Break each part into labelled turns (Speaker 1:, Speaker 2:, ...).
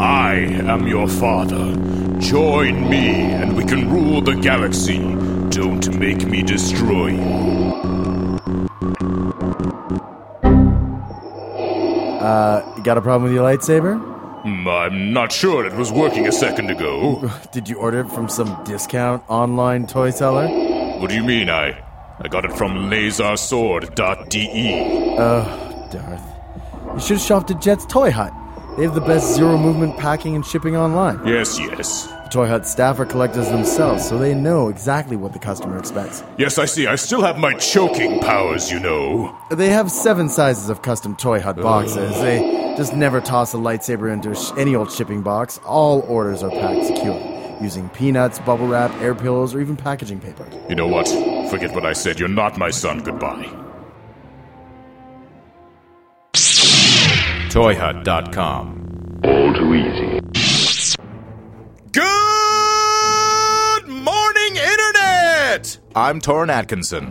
Speaker 1: I am your father. Join me and we can rule the galaxy. Don't make me destroy you.
Speaker 2: You Uh, got a problem with your lightsaber?
Speaker 1: Hmm, I'm not sure it was working a second ago.
Speaker 2: Did you order it from some discount online toy seller?
Speaker 1: What do you mean I I got it from lasersword.de.
Speaker 2: Darth. You should have shopped at Jet's Toy Hut. They have the best zero movement packing and shipping online.
Speaker 1: Yes, yes.
Speaker 2: The Toy Hut staff are collectors themselves, so they know exactly what the customer expects.
Speaker 1: Yes, I see. I still have my choking powers, you know.
Speaker 2: They have seven sizes of custom Toy Hut boxes. They just never toss a lightsaber into sh- any old shipping box. All orders are packed secure using peanuts, bubble wrap, air pillows, or even packaging paper.
Speaker 1: You know what? Forget what I said. You're not my son. Goodbye.
Speaker 3: ToyHut.com.
Speaker 4: All too easy.
Speaker 3: Good morning, Internet! I'm Torrin Atkinson.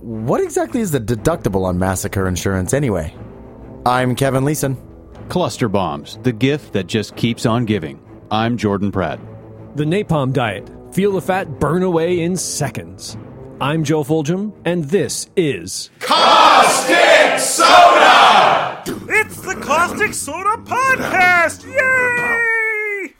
Speaker 2: What exactly is the deductible on massacre insurance anyway? I'm Kevin Leeson.
Speaker 5: Cluster bombs, the gift that just keeps on giving. I'm Jordan Pratt.
Speaker 6: The Napalm Diet. Feel the fat burn away in seconds. I'm Joe Foljam, and this is
Speaker 7: It's the Caustic Soda Podcast! Yay!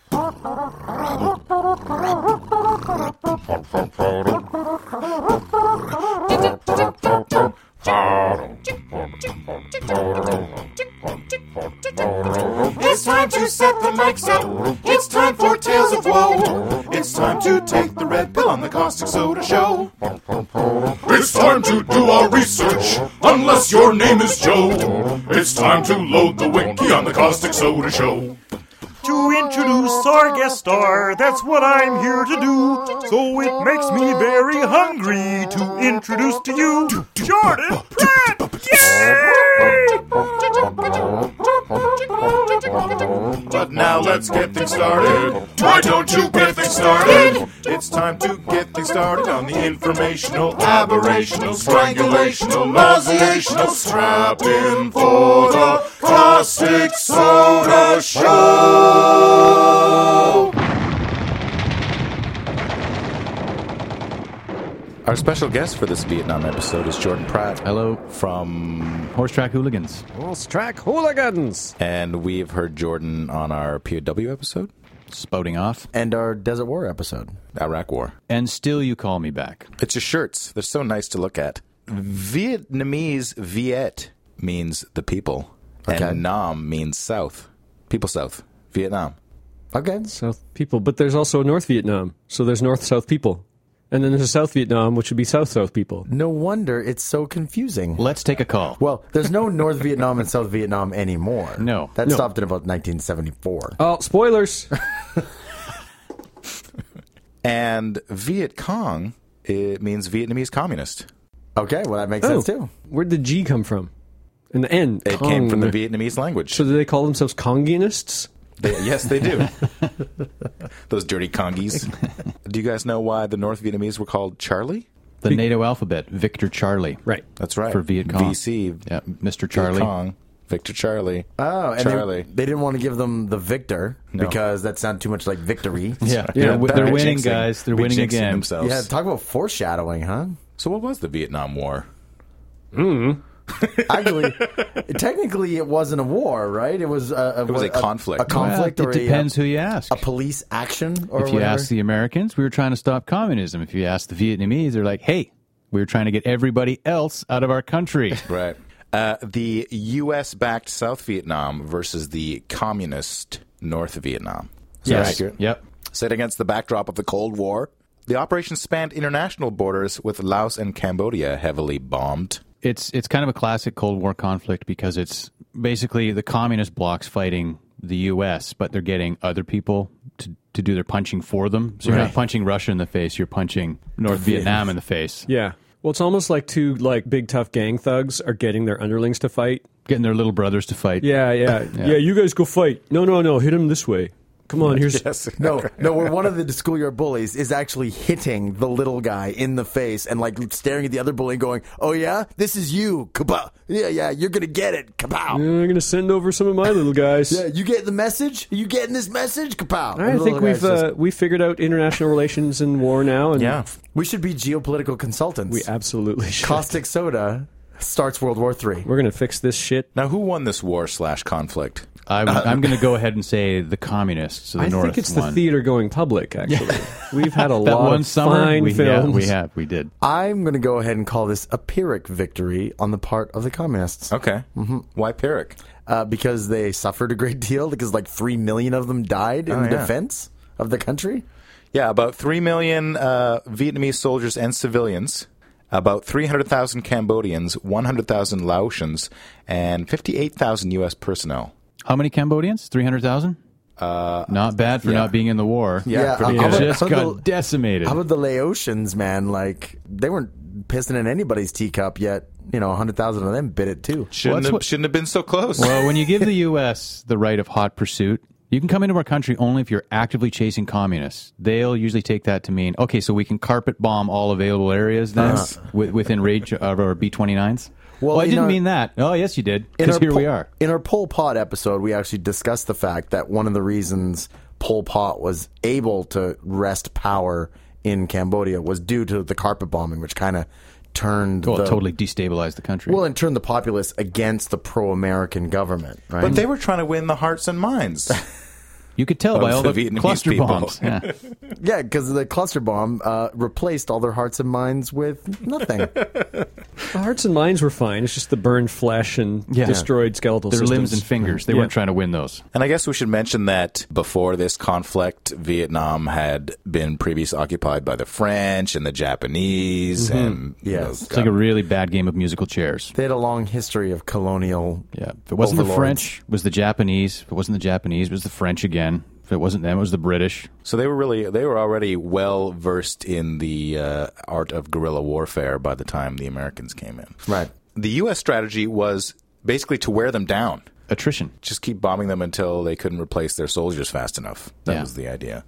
Speaker 8: It's time to set the mics up. It's time for Tales of Woe. It's time to take the red pill on the Caustic Soda Show.
Speaker 4: It's time to do our research, unless your name is Joe. It's time to load the wiki on the Caustic Soda Show.
Speaker 7: To introduce our guest star, that's what I'm here to do. So it makes me very hungry to introduce to you Jordan Pratt! Yay!
Speaker 4: But now let's get things started. Why don't you get things started? It's time to get things started on the informational, aberrational, strangulational, nauseational. Strap in for the Caustic Soda Show.
Speaker 3: Our special guest for this Vietnam episode is Jordan Pratt. Hello. From.
Speaker 5: Horse track hooligans.
Speaker 6: Track Hooligans.
Speaker 3: And we've heard Jordan on our POW episode,
Speaker 5: Spoting off.
Speaker 2: And our Desert War episode.
Speaker 3: Iraq War.
Speaker 5: And still you call me back.
Speaker 3: It's your shirts. They're so nice to look at. Vietnamese Viet means the people,
Speaker 2: Okay.
Speaker 3: and Nam means South. People South. Vietnam.
Speaker 2: Okay.
Speaker 6: South people, but there's also North Vietnam, so there's North South people. And then there's South Vietnam, which would be South South people.
Speaker 2: No wonder it's so confusing.
Speaker 5: Let's take a call.
Speaker 2: Well, there's no North Vietnam and South Vietnam anymore.
Speaker 5: No.
Speaker 2: That stopped in about 1974.
Speaker 6: Oh, spoilers!
Speaker 3: And Viet Cong it means Vietnamese communist.
Speaker 2: Okay, well, that makes
Speaker 5: Oh.
Speaker 2: sense too.
Speaker 6: Oh, Where'd the G come from? And the N.
Speaker 3: It came from the
Speaker 6: Cong.
Speaker 3: Vietnamese language.
Speaker 6: So do they call themselves Congianists?
Speaker 3: They- yes, they do. Those dirty Congies. do you guys know why the North Vietnamese were called Charlie?
Speaker 5: The NATO alphabet, Victor Charlie.
Speaker 6: Right.
Speaker 3: That's right.
Speaker 5: For Viet Cong.
Speaker 3: VC.
Speaker 5: Yeah, Mr.
Speaker 3: Viet
Speaker 5: Charlie.
Speaker 3: Cong. Victor Charlie.
Speaker 2: Oh, and
Speaker 3: Charlie.
Speaker 2: They, they didn't want to give them the victor because that sounded too much like victory.
Speaker 5: Yeah,
Speaker 6: Yeah,
Speaker 5: they're,
Speaker 3: Back
Speaker 5: they're
Speaker 3: to
Speaker 5: winning,
Speaker 3: jinxing.
Speaker 5: guys. They're
Speaker 3: Be
Speaker 5: winning
Speaker 3: jinxing
Speaker 5: again.
Speaker 3: Themselves.
Speaker 2: Yeah, talk about foreshadowing, huh?
Speaker 3: so what was the Vietnam War?
Speaker 2: Actually, technically, it wasn't a war, right? It was a, a,
Speaker 3: was a conflict.
Speaker 2: a conflict,
Speaker 5: Well,
Speaker 2: or
Speaker 5: it depends
Speaker 2: a, uh,
Speaker 5: who you ask.
Speaker 2: a police action, or
Speaker 5: if you
Speaker 2: whatever.
Speaker 5: ask the Americans, we were trying to stop communism. If you ask the Vietnamese, they're like, hey, we were trying to get everybody else out of our country.
Speaker 3: Right. Uh, the U.S. backed South Vietnam versus the communist North Vietnam. Is that
Speaker 2: Yes.
Speaker 3: accurate?
Speaker 5: yep.
Speaker 3: Set against the backdrop of the Cold War, the operation spanned international borders with Laos and Cambodia heavily bombed.
Speaker 5: It's it's kind of a classic Cold War conflict because it's basically the communist bloc's fighting the US, but they're getting other people to, to do their punching for them. So you're not punching Russia in the face, you're punching North Vietnam in the face.
Speaker 6: Yeah. Well, it's almost like two like big tough gang thugs are getting their underlings to fight.
Speaker 5: Getting their little brothers to fight.
Speaker 6: Yeah, yeah, yeah. you guys go fight. No, no, no. Hit him this way. Come on, here's
Speaker 3: Yes.
Speaker 2: No, no, where one of the schoolyard bullies is actually hitting the little guy in the face and like staring at the other bully and going, Oh yeah, this is you, kabow. Yeah, yeah, you're gonna get it, kabow.
Speaker 6: uh, I'm gonna send over some of my little guys.
Speaker 2: Yeah, you get the message? Are you getting this message? Kapow. And the
Speaker 6: I
Speaker 2: little
Speaker 6: think
Speaker 2: guy's
Speaker 6: we've
Speaker 2: just-
Speaker 6: uh, we figured out international relations and war now, and
Speaker 3: Yeah.
Speaker 2: we should be geopolitical consultants.
Speaker 6: we absolutely should.
Speaker 2: Caustic soda starts World War Three.
Speaker 6: We're gonna fix this shit.
Speaker 3: Now, who won this war slash conflict?
Speaker 5: I, am going to go ahead and say the communists. The
Speaker 6: I
Speaker 5: North
Speaker 6: think it's
Speaker 5: won.
Speaker 6: the theater going public. Actually, we've had a
Speaker 5: That
Speaker 6: lot
Speaker 5: one
Speaker 6: of
Speaker 5: summer,
Speaker 6: fine
Speaker 5: we, yeah,
Speaker 6: films.
Speaker 5: we have, we did.
Speaker 2: I'm gonna go ahead and call this a Pyrrhic victory on the part of the communists.
Speaker 3: Okay. Mm-hmm. Why Pyrrhic?
Speaker 2: uh, because they suffered a great deal because like 3 million of them died in
Speaker 3: Oh,
Speaker 2: the
Speaker 3: yeah.
Speaker 2: defense of the country
Speaker 3: Yeah, about 3 million uh, Vietnamese soldiers and civilians, about 300,000 Cambodians, 100,000 Laotians, and 58,000 U.S. personnel.
Speaker 5: How many Cambodians? Three hundred thousand. Uh, not bad for not being in the war.
Speaker 2: Yeah, pretty
Speaker 5: They
Speaker 2: good. How
Speaker 5: just
Speaker 2: about- how
Speaker 5: got
Speaker 2: about-
Speaker 5: decimated.
Speaker 2: how about the laotians man like they weren't pissing in anybody's teacup yet you know 100000 of them bit it too
Speaker 3: Shouldn't,
Speaker 5: that's
Speaker 3: have,
Speaker 5: what-
Speaker 3: shouldn't have been so close.
Speaker 5: well, when you give the U.S. the right of hot pursuit, you can come into our country only if you're actively chasing communists. They'll usually take that to mean okay, so we can carpet bomb all available areas then wi- within range of our B twenty nines.
Speaker 2: Well,
Speaker 5: Well, I
Speaker 2: in
Speaker 5: didn't
Speaker 2: our-
Speaker 5: mean that. Oh, yes, you did.
Speaker 2: In
Speaker 5: Because
Speaker 2: our
Speaker 5: here we
Speaker 2: Pol-
Speaker 5: are.
Speaker 2: in our pol pot episode we actually discussed the fact that one of the reasons pol pot was able to wrest power in cambodia was due to the carpet bombing which kind of turned
Speaker 5: Well,
Speaker 2: the,
Speaker 5: it totally destabilized the country.
Speaker 2: well and turned the populace against the pro-american government right
Speaker 3: but they were trying to win the hearts and minds.
Speaker 5: you could tell
Speaker 3: Of
Speaker 5: by all
Speaker 3: the
Speaker 5: the,
Speaker 3: Vietnamese
Speaker 5: cluster
Speaker 3: people.
Speaker 5: bombs. Yeah.
Speaker 2: Yeah, because the cluster bomb uh, replaced all their hearts and minds with nothing.
Speaker 6: The hearts and minds were fine. It's just the burned flesh and destroyed skeletal
Speaker 5: Their
Speaker 6: systems.
Speaker 5: limbs and fingers. They
Speaker 6: Yeah.
Speaker 5: weren't trying to win those.
Speaker 3: And I guess we should mention that before this conflict, Vietnam had been previously occupied by the French and the Japanese, and you know,
Speaker 2: Yes.
Speaker 5: It's like a really bad game of musical chairs.
Speaker 2: they had a long history of colonial.
Speaker 5: Yeah. If it wasn't the
Speaker 2: overlords.
Speaker 5: French, it was the Japanese. If it wasn't the Japanese, it was the French again. If it wasn't them, it was the British.
Speaker 3: so they were really they were already well versed in the uh, art of guerrilla warfare by the time the Americans came in.
Speaker 2: Right.
Speaker 3: The U.S. strategy was basically to wear them down,
Speaker 5: Attrition.
Speaker 3: just keep bombing them until they couldn't replace their soldiers fast enough. That
Speaker 5: Yeah.
Speaker 3: was the idea.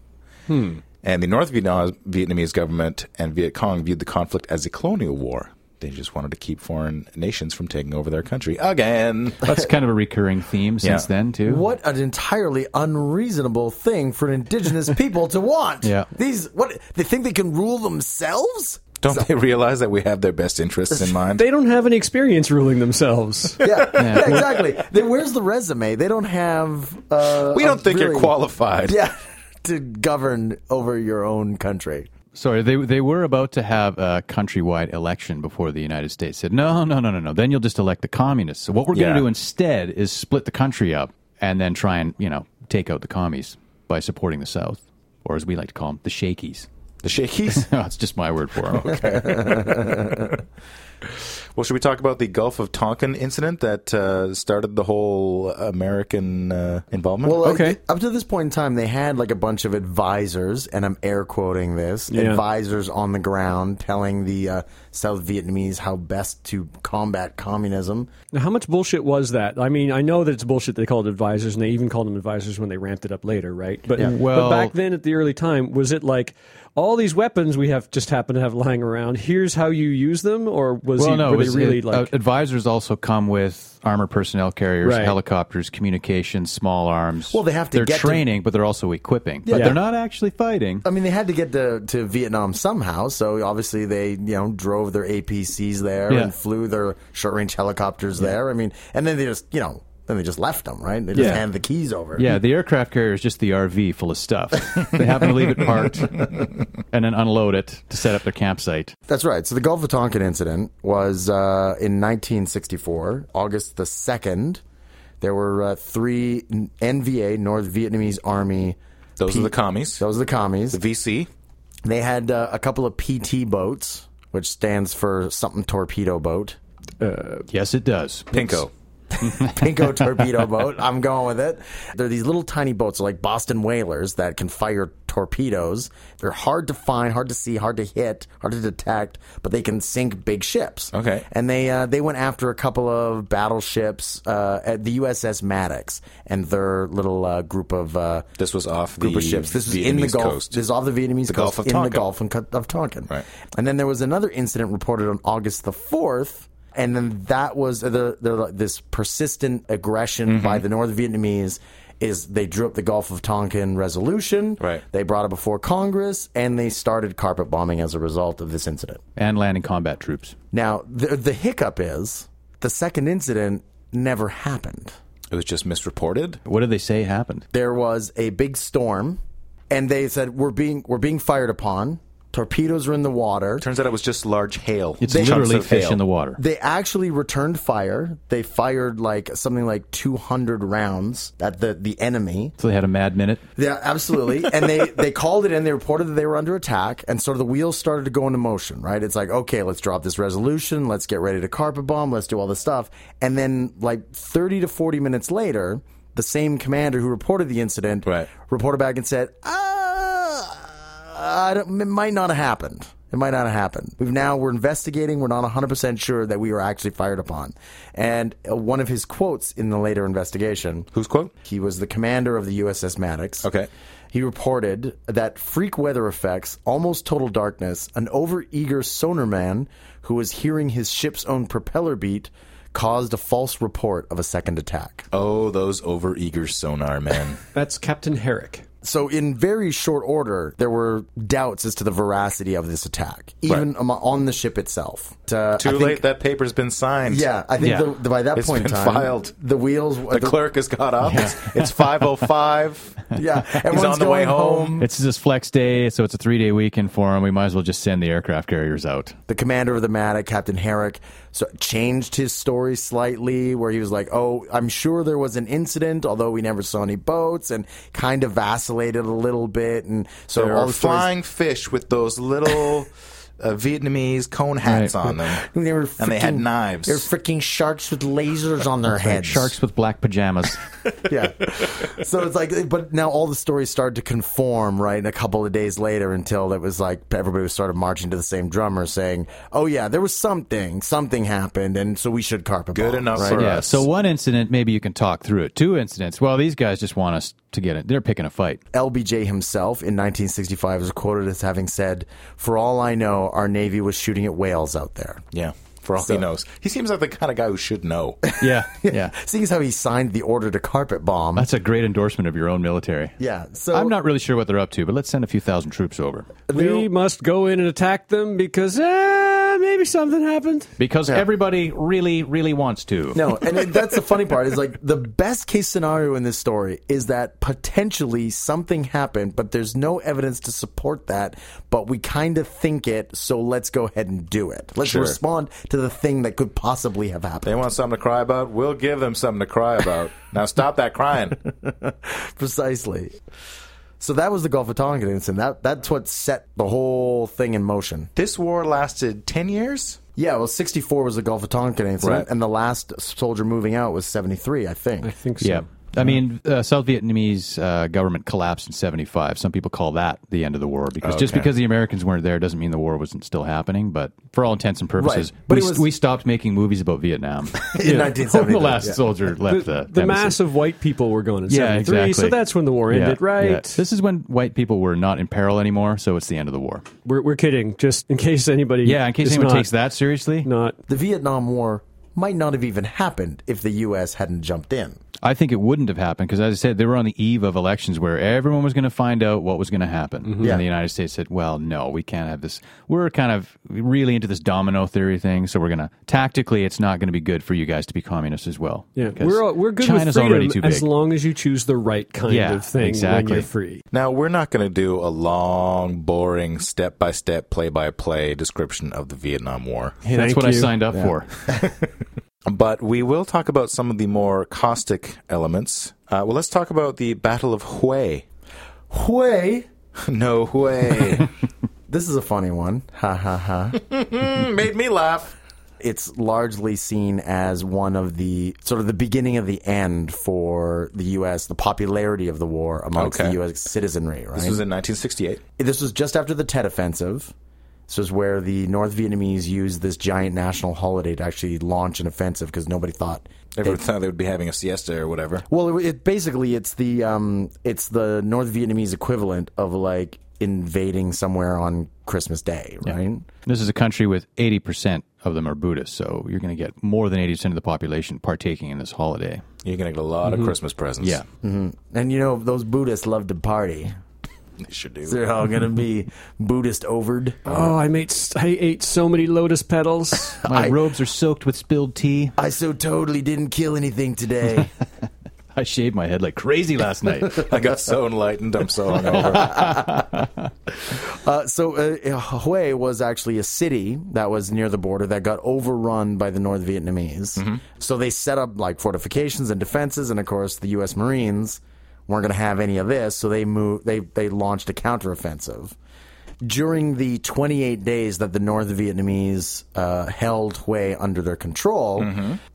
Speaker 2: Hmm.
Speaker 3: And the North Vietnam, Vietnamese government and Viet Cong viewed the conflict as a colonial war. They just wanted to keep foreign nations from taking over their country again.
Speaker 5: That's kind of a recurring theme since
Speaker 3: Yeah.
Speaker 5: then, too.
Speaker 2: What an entirely unreasonable thing for an indigenous people to want.
Speaker 5: Yeah.
Speaker 2: These what they think they can rule themselves?
Speaker 3: Don't they realize that we have their best interests in mind?
Speaker 6: They don't have any experience ruling themselves.
Speaker 2: Yeah, yeah, exactly. They, where's the resume? They don't have. Uh,
Speaker 3: we
Speaker 2: a
Speaker 3: don't think you're
Speaker 2: really-
Speaker 3: qualified.
Speaker 2: Yeah, to govern over your own country.
Speaker 5: Sorry, they, they were about to have a countrywide election before the United States said, no, no, no, no, no. Then you'll just elect the communists. So what we're going
Speaker 3: Yeah.
Speaker 5: to do instead is split the country up and then try and, you know, take out the commies by supporting the South, or as we like to call them, the Shakies.
Speaker 3: The Shakis.
Speaker 5: That's just my word for them.
Speaker 3: well, should we talk about the Gulf of Tonkin incident that uh, started the whole American uh, involvement?
Speaker 2: Well,
Speaker 5: Okay.
Speaker 2: okay. up to this point in time, they had like a bunch of advisors, and I'm air quoting this
Speaker 6: Yeah.
Speaker 2: advisors on the ground telling the uh, South Vietnamese how best to combat communism.
Speaker 6: Now, how much bullshit was that? I mean, I know that it's bullshit. They called it advisors, and they even called them advisors when they ramped it up later, right? But,
Speaker 5: Well-
Speaker 6: but back then, at the early time, was it like all these weapons we have just happen to have lying around? Here's how you use them, or was
Speaker 5: well,
Speaker 6: he,
Speaker 5: no,
Speaker 6: were
Speaker 5: it
Speaker 6: they
Speaker 5: was-
Speaker 6: really
Speaker 5: it- uh,
Speaker 6: like?
Speaker 5: advisors also come with armored personnel carriers,
Speaker 6: Right.
Speaker 5: helicopters, communications, small arms.
Speaker 2: Well, they have to
Speaker 5: They're
Speaker 2: get to-
Speaker 5: training, but they're also equipping. But
Speaker 6: Yeah.
Speaker 5: they're not actually fighting.
Speaker 2: I mean, they had to get to, to Vietnam somehow, so obviously they you know drove their APCs there
Speaker 5: Yeah.
Speaker 2: and flew their short range helicopters there. I mean, and then they just you know then they just left them right. They just
Speaker 6: Yeah.
Speaker 2: hand the keys over.
Speaker 5: yeah, the aircraft carrier is just the RV full of stuff. they happen to leave it parked and then unload it to set up their campsite.
Speaker 2: That's right. So the Gulf of Tonkin incident was uh, in 1964, August the 2nd. There were uh, three N- NVA, North Vietnamese Army.
Speaker 3: Those are the commies.
Speaker 2: Those are the commies.
Speaker 3: VC.
Speaker 2: They had uh, a couple of PT boats, which stands for something torpedo boat. uh,
Speaker 5: Yes, it does.
Speaker 3: Pinko.
Speaker 2: Pinko torpedo boat. I'm going with it. They're these little tiny boats, they're like Boston whalers that can fire torpedoes. They're hard to find, hard to see, hard to hit, hard to detect, but they can sink big ships.
Speaker 9: Okay.
Speaker 2: And they uh, they went after a couple of battleships uh, at the USS Maddox and their little uh, group of uh,
Speaker 9: This was off
Speaker 2: group
Speaker 9: the
Speaker 2: of ships. This is in the
Speaker 9: Vietnamese
Speaker 2: Gulf.
Speaker 9: coast.
Speaker 2: This is off the Vietnamese
Speaker 9: The
Speaker 2: coast
Speaker 9: Gulf of
Speaker 2: in the
Speaker 9: Tonkin.
Speaker 2: Gulf and of Tonkin.
Speaker 9: Right.
Speaker 2: And then there was another incident reported on August the fourth. And then that was the, the this persistent aggression
Speaker 9: Mm-hmm.
Speaker 2: by the North Vietnamese is they drew up the Gulf of Tonkin resolution.
Speaker 9: Right.
Speaker 2: They brought it before Congress and they started carpet bombing as a result of this incident.
Speaker 5: and landing combat troops.
Speaker 2: Now the the hiccup is the second incident never happened.
Speaker 9: It was just misreported.
Speaker 5: What did they say happened?
Speaker 2: there was a big storm and they said we're being we're being fired upon torpedoes are in the water
Speaker 9: Turns out it was just large hail.
Speaker 5: It's
Speaker 9: Chunks
Speaker 5: literally
Speaker 9: of
Speaker 5: fish
Speaker 9: hail.
Speaker 5: in the water.
Speaker 2: they actually returned fire they fired like something like 200 rounds at the the enemy
Speaker 5: so they had a mad minute.
Speaker 2: yeah absolutely and they they called it in they reported that they were under attack and sort of the wheels started to go into motion right it's like okay let's drop this resolution let's get ready to carpet bomb let's do all this stuff and then like 30 to 40 minutes later the same commander who reported the incident
Speaker 9: Right.
Speaker 2: reported back and said, uh, I don't, it might not have happened. It might not have happened. We've now we're investigating. We're not 100% sure that we were actually fired upon. And uh, one of his quotes in the later investigation,
Speaker 9: Whose quote?
Speaker 2: he was the commander of the USS Maddox.
Speaker 9: Okay.
Speaker 2: He reported that freak weather effects, almost total darkness, an overeager sonarman who was hearing his ship's own propeller beat caused a false report of a second attack.
Speaker 9: Oh, those overeager sonar men.
Speaker 10: That's Captain Herrick.
Speaker 2: So, in very short order, there were doubts as to the veracity of this attack, even am on the ship itself. Uh,
Speaker 9: Too
Speaker 2: I think-
Speaker 9: late. That paper's been signed.
Speaker 2: Yeah, I think
Speaker 5: Yeah.
Speaker 2: the, the- by that
Speaker 9: It's
Speaker 2: point in
Speaker 9: been
Speaker 2: time,
Speaker 9: filed.
Speaker 2: the wheels. uh,
Speaker 9: The clerk has got up. It's, it's 505.
Speaker 2: Yeah, everyone's
Speaker 9: on the
Speaker 2: going
Speaker 9: way home.
Speaker 5: It's this flex day, so it's a three day weekend for them. We might as well just send the aircraft carriers out.
Speaker 2: The commander of the Matic, Captain Herrick, so changed his story slightly, where he was like, "Oh, I'm sure there was an incident, although we never saw any boats," and kind of vacillated a little bit, and so
Speaker 9: There
Speaker 2: all
Speaker 9: are
Speaker 2: the stories-
Speaker 9: flying fish with those little uh, Vietnamese cone hats
Speaker 5: Right.
Speaker 9: on them.
Speaker 2: They were
Speaker 9: and they had
Speaker 2: freaking-
Speaker 9: knives.
Speaker 2: They're freaking sharks with lasers on their heads.
Speaker 5: Sharks with black pajamas.
Speaker 2: yeah. So it's like, but now all the stories started to conform, right? A couple of days later, until it was like everybody was sort of marching to the same drummer, saying, "Oh yeah, there was something, something happened, and so we should carpet
Speaker 9: Good
Speaker 2: bomb,
Speaker 9: enough
Speaker 2: right?
Speaker 9: for
Speaker 5: yeah.
Speaker 9: us.
Speaker 5: So one incident, maybe you can talk through it. Two incidents. Well, these guys just want us to get it. They're picking a fight.
Speaker 2: LBJ himself in 1965 was quoted as having said, "For all I know, our navy was shooting at whales out there."
Speaker 9: yeah, for all he knows. He seems like the kind of guy who should know.
Speaker 5: Yeah. Yeah.
Speaker 2: Seeing as how he signed the order to carpet bomb,
Speaker 5: That's a great endorsement of your own military.
Speaker 2: yeah. So
Speaker 5: I'm not really sure what they're up to, but let's send a few thousand troops over.
Speaker 6: We must go in and attack them because eh, maybe something happened.
Speaker 5: Because everybody really, really wants to.
Speaker 2: No, and it, that's the funny part is like the best case scenario in this story is that potentially something happened, but there's no evidence to support that. But we kind of think it, so let's go ahead and do it. Let's
Speaker 9: Sure.
Speaker 2: respond to the thing that could possibly have
Speaker 9: They
Speaker 2: happened.
Speaker 9: want something to cry about? We'll give them something to cry about. now stop that crying.
Speaker 2: Precisely. So that was the Gulf of Tonkin incident. That that's what set the whole thing in motion.
Speaker 9: This war lasted 10 years?
Speaker 2: Yeah, well, sixty four was the Gulf of Tonkin incident,
Speaker 9: Right.
Speaker 2: and the last soldier moving out was seventy three, I think.
Speaker 6: think so.
Speaker 5: Yeah. I mean, uh, South Vietnamese uh, government collapsed in 75. Some people call that the end of the war because just because the Americans weren't there doesn't mean the war wasn't still happening. But for all intents and purposes,
Speaker 2: But
Speaker 5: we,
Speaker 2: it was-
Speaker 5: we stopped making movies about Vietnam.
Speaker 2: In nineteen seventy
Speaker 5: the last
Speaker 2: three.
Speaker 5: soldier left the,
Speaker 6: The, the
Speaker 5: embassy.
Speaker 6: mass of white people were going in
Speaker 5: Yeah,
Speaker 6: 73,
Speaker 5: exactly.
Speaker 6: so that's when the war
Speaker 5: Yeah,
Speaker 6: ended, right?
Speaker 5: yeah. This is when white people were not in peril anymore, so it's the end of the war.
Speaker 6: We're, we're kidding, just in case anybody.
Speaker 5: Yeah, in case
Speaker 6: is
Speaker 5: anyone
Speaker 6: not-
Speaker 5: takes that seriously,
Speaker 6: Not
Speaker 2: the Vietnam War might not have even happened if the U.S. hadn't jumped in.
Speaker 5: I think it wouldn't have happened because, as I said, they were on the eve of elections where everyone was going to find out what was going to happen.
Speaker 6: Mm-hmm.
Speaker 2: Yeah.
Speaker 5: And the United States said, well, no, we can't have this. We're kind of really into this domino theory thing. So we're going to, tactically, it's not going to be good for you guys to be communists as well.
Speaker 6: yeah,
Speaker 5: Because
Speaker 6: we're all, we're good
Speaker 5: China's
Speaker 6: with freedom
Speaker 5: already too big.
Speaker 6: as long as you choose the right kind
Speaker 5: Yeah,
Speaker 6: of thing
Speaker 5: exactly.
Speaker 6: when you're free.
Speaker 9: Now, we're not going to do a long, boring, step by step, play by play description of the Vietnam War,
Speaker 5: Hey, that's
Speaker 6: Thank
Speaker 5: what I
Speaker 6: you.
Speaker 5: signed up for.
Speaker 9: but we will talk about some of the more caustic elements. Uh, well, let's talk about the Battle of Hue.
Speaker 2: Hue.
Speaker 9: no, Hue.
Speaker 2: This is a funny one. Ha ha ha.
Speaker 9: Made me laugh.
Speaker 2: it's largely seen as one of the sort of the beginning of the end for the U.S. the popularity of the war amongst
Speaker 9: Okay.
Speaker 2: the U.S. citizenry. Right.
Speaker 9: This was in 1968.
Speaker 2: this was just after the Tet Offensive. This was where the North Vietnamese used this giant national holiday to actually launch an offensive because nobody thought.
Speaker 9: Everyone thought they would be having a siesta or whatever.
Speaker 2: Well, it, it basically it's the um, it's the North Vietnamese equivalent of like invading somewhere on Christmas Day, right?
Speaker 5: This is a country with 80% of them are Buddhists, so you're going to get more than 80% of the population partaking in this holiday.
Speaker 9: You're going to get a lot of Christmas presents.
Speaker 5: Yeah.
Speaker 2: And you know those Buddhists love to party.
Speaker 9: They should do.
Speaker 2: They're all gonna be Buddhist overed.
Speaker 6: Oh, I made s- I ate so many lotus petals.
Speaker 5: My
Speaker 2: I-
Speaker 5: robes are soaked with spilled tea.
Speaker 2: I so totally didn't kill anything today.
Speaker 5: I shaved my head like crazy last night.
Speaker 9: I got so enlightened. I'm so hungover.
Speaker 2: uh, so uh, Hue was actually a city that was near the border that got overrun by the North Vietnamese. So they set up like fortifications and defenses, and of course the U.S. Marines weren't gonna have any of this. So they moved. They they launched a counteroffensive. During the 28 days that the North Vietnamese uh, held Hue under their control,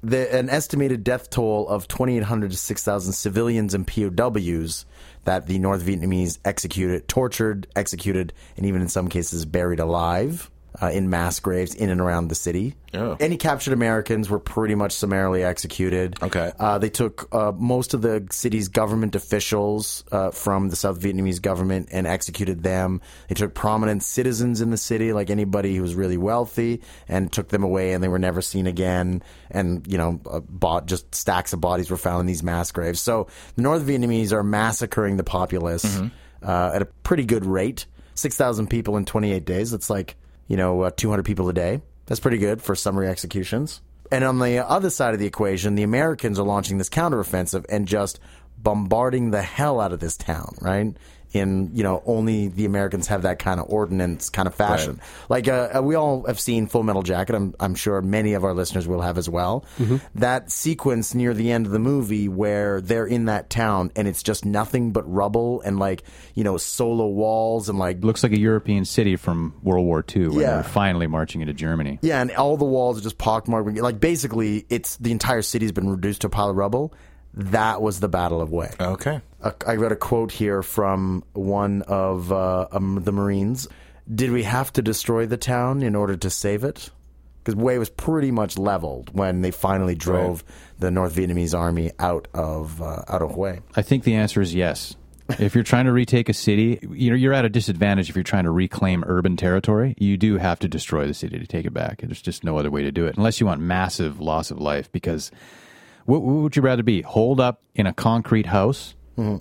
Speaker 2: the, an estimated death toll of 2,800 to 6,000 civilians and POWs that the North Vietnamese executed, tortured, executed, and even in some cases buried alive. Uh, in mass graves in and around the city.
Speaker 9: Oh.
Speaker 2: Any captured Americans were pretty much summarily executed.
Speaker 9: Okay.
Speaker 2: Uh, they took uh, most of the city's government officials uh, from the South Vietnamese government and executed them. They took prominent citizens in the city, like anybody who was really wealthy, and took them away, and they were never seen again. And you know, uh, bought just stacks of bodies were found in these mass graves. So the North Vietnamese are massacring the populace uh, at a pretty good rate. Six thousand people in twenty-eight days. That's like you know uh, two hundred people a day. That's pretty good for summary executions. And on the other side of the equation, the Americans are launching this counteroffensive and just bombarding the hell out of this town, right? In you know, only the Americans have that kind of ordinance kind of fashion. Like uh, uh, we all have seen Full Metal Jacket. I'm, I'm sure many of our listeners will have as well. That sequence near the end of the movie where they're in that town and it's just nothing but rubble and like you know solo walls and like
Speaker 5: Looks like a European city from World War II when
Speaker 2: Yeah.
Speaker 5: they're finally marching into Germany.
Speaker 2: Yeah, and all the walls are just pockmarked. Like basically, it's the entire city's been reduced to a pile of rubble. That was the Battle of Way.
Speaker 9: okay.
Speaker 2: Uh, I read a quote here from one of uh, um, the Marines. Did we have to destroy the town in order to save it? Because Way was pretty much leveled when they finally drove the North Vietnamese army out of uh, out of Hue.
Speaker 5: I think the answer is yes. If you're trying to retake a city, you're, you're at a disadvantage if you're trying to reclaim urban territory. You do have to destroy the city to take it back. There's just no other way to do it unless you want massive loss of life. Because what, what would you rather be? Holed up in a concrete house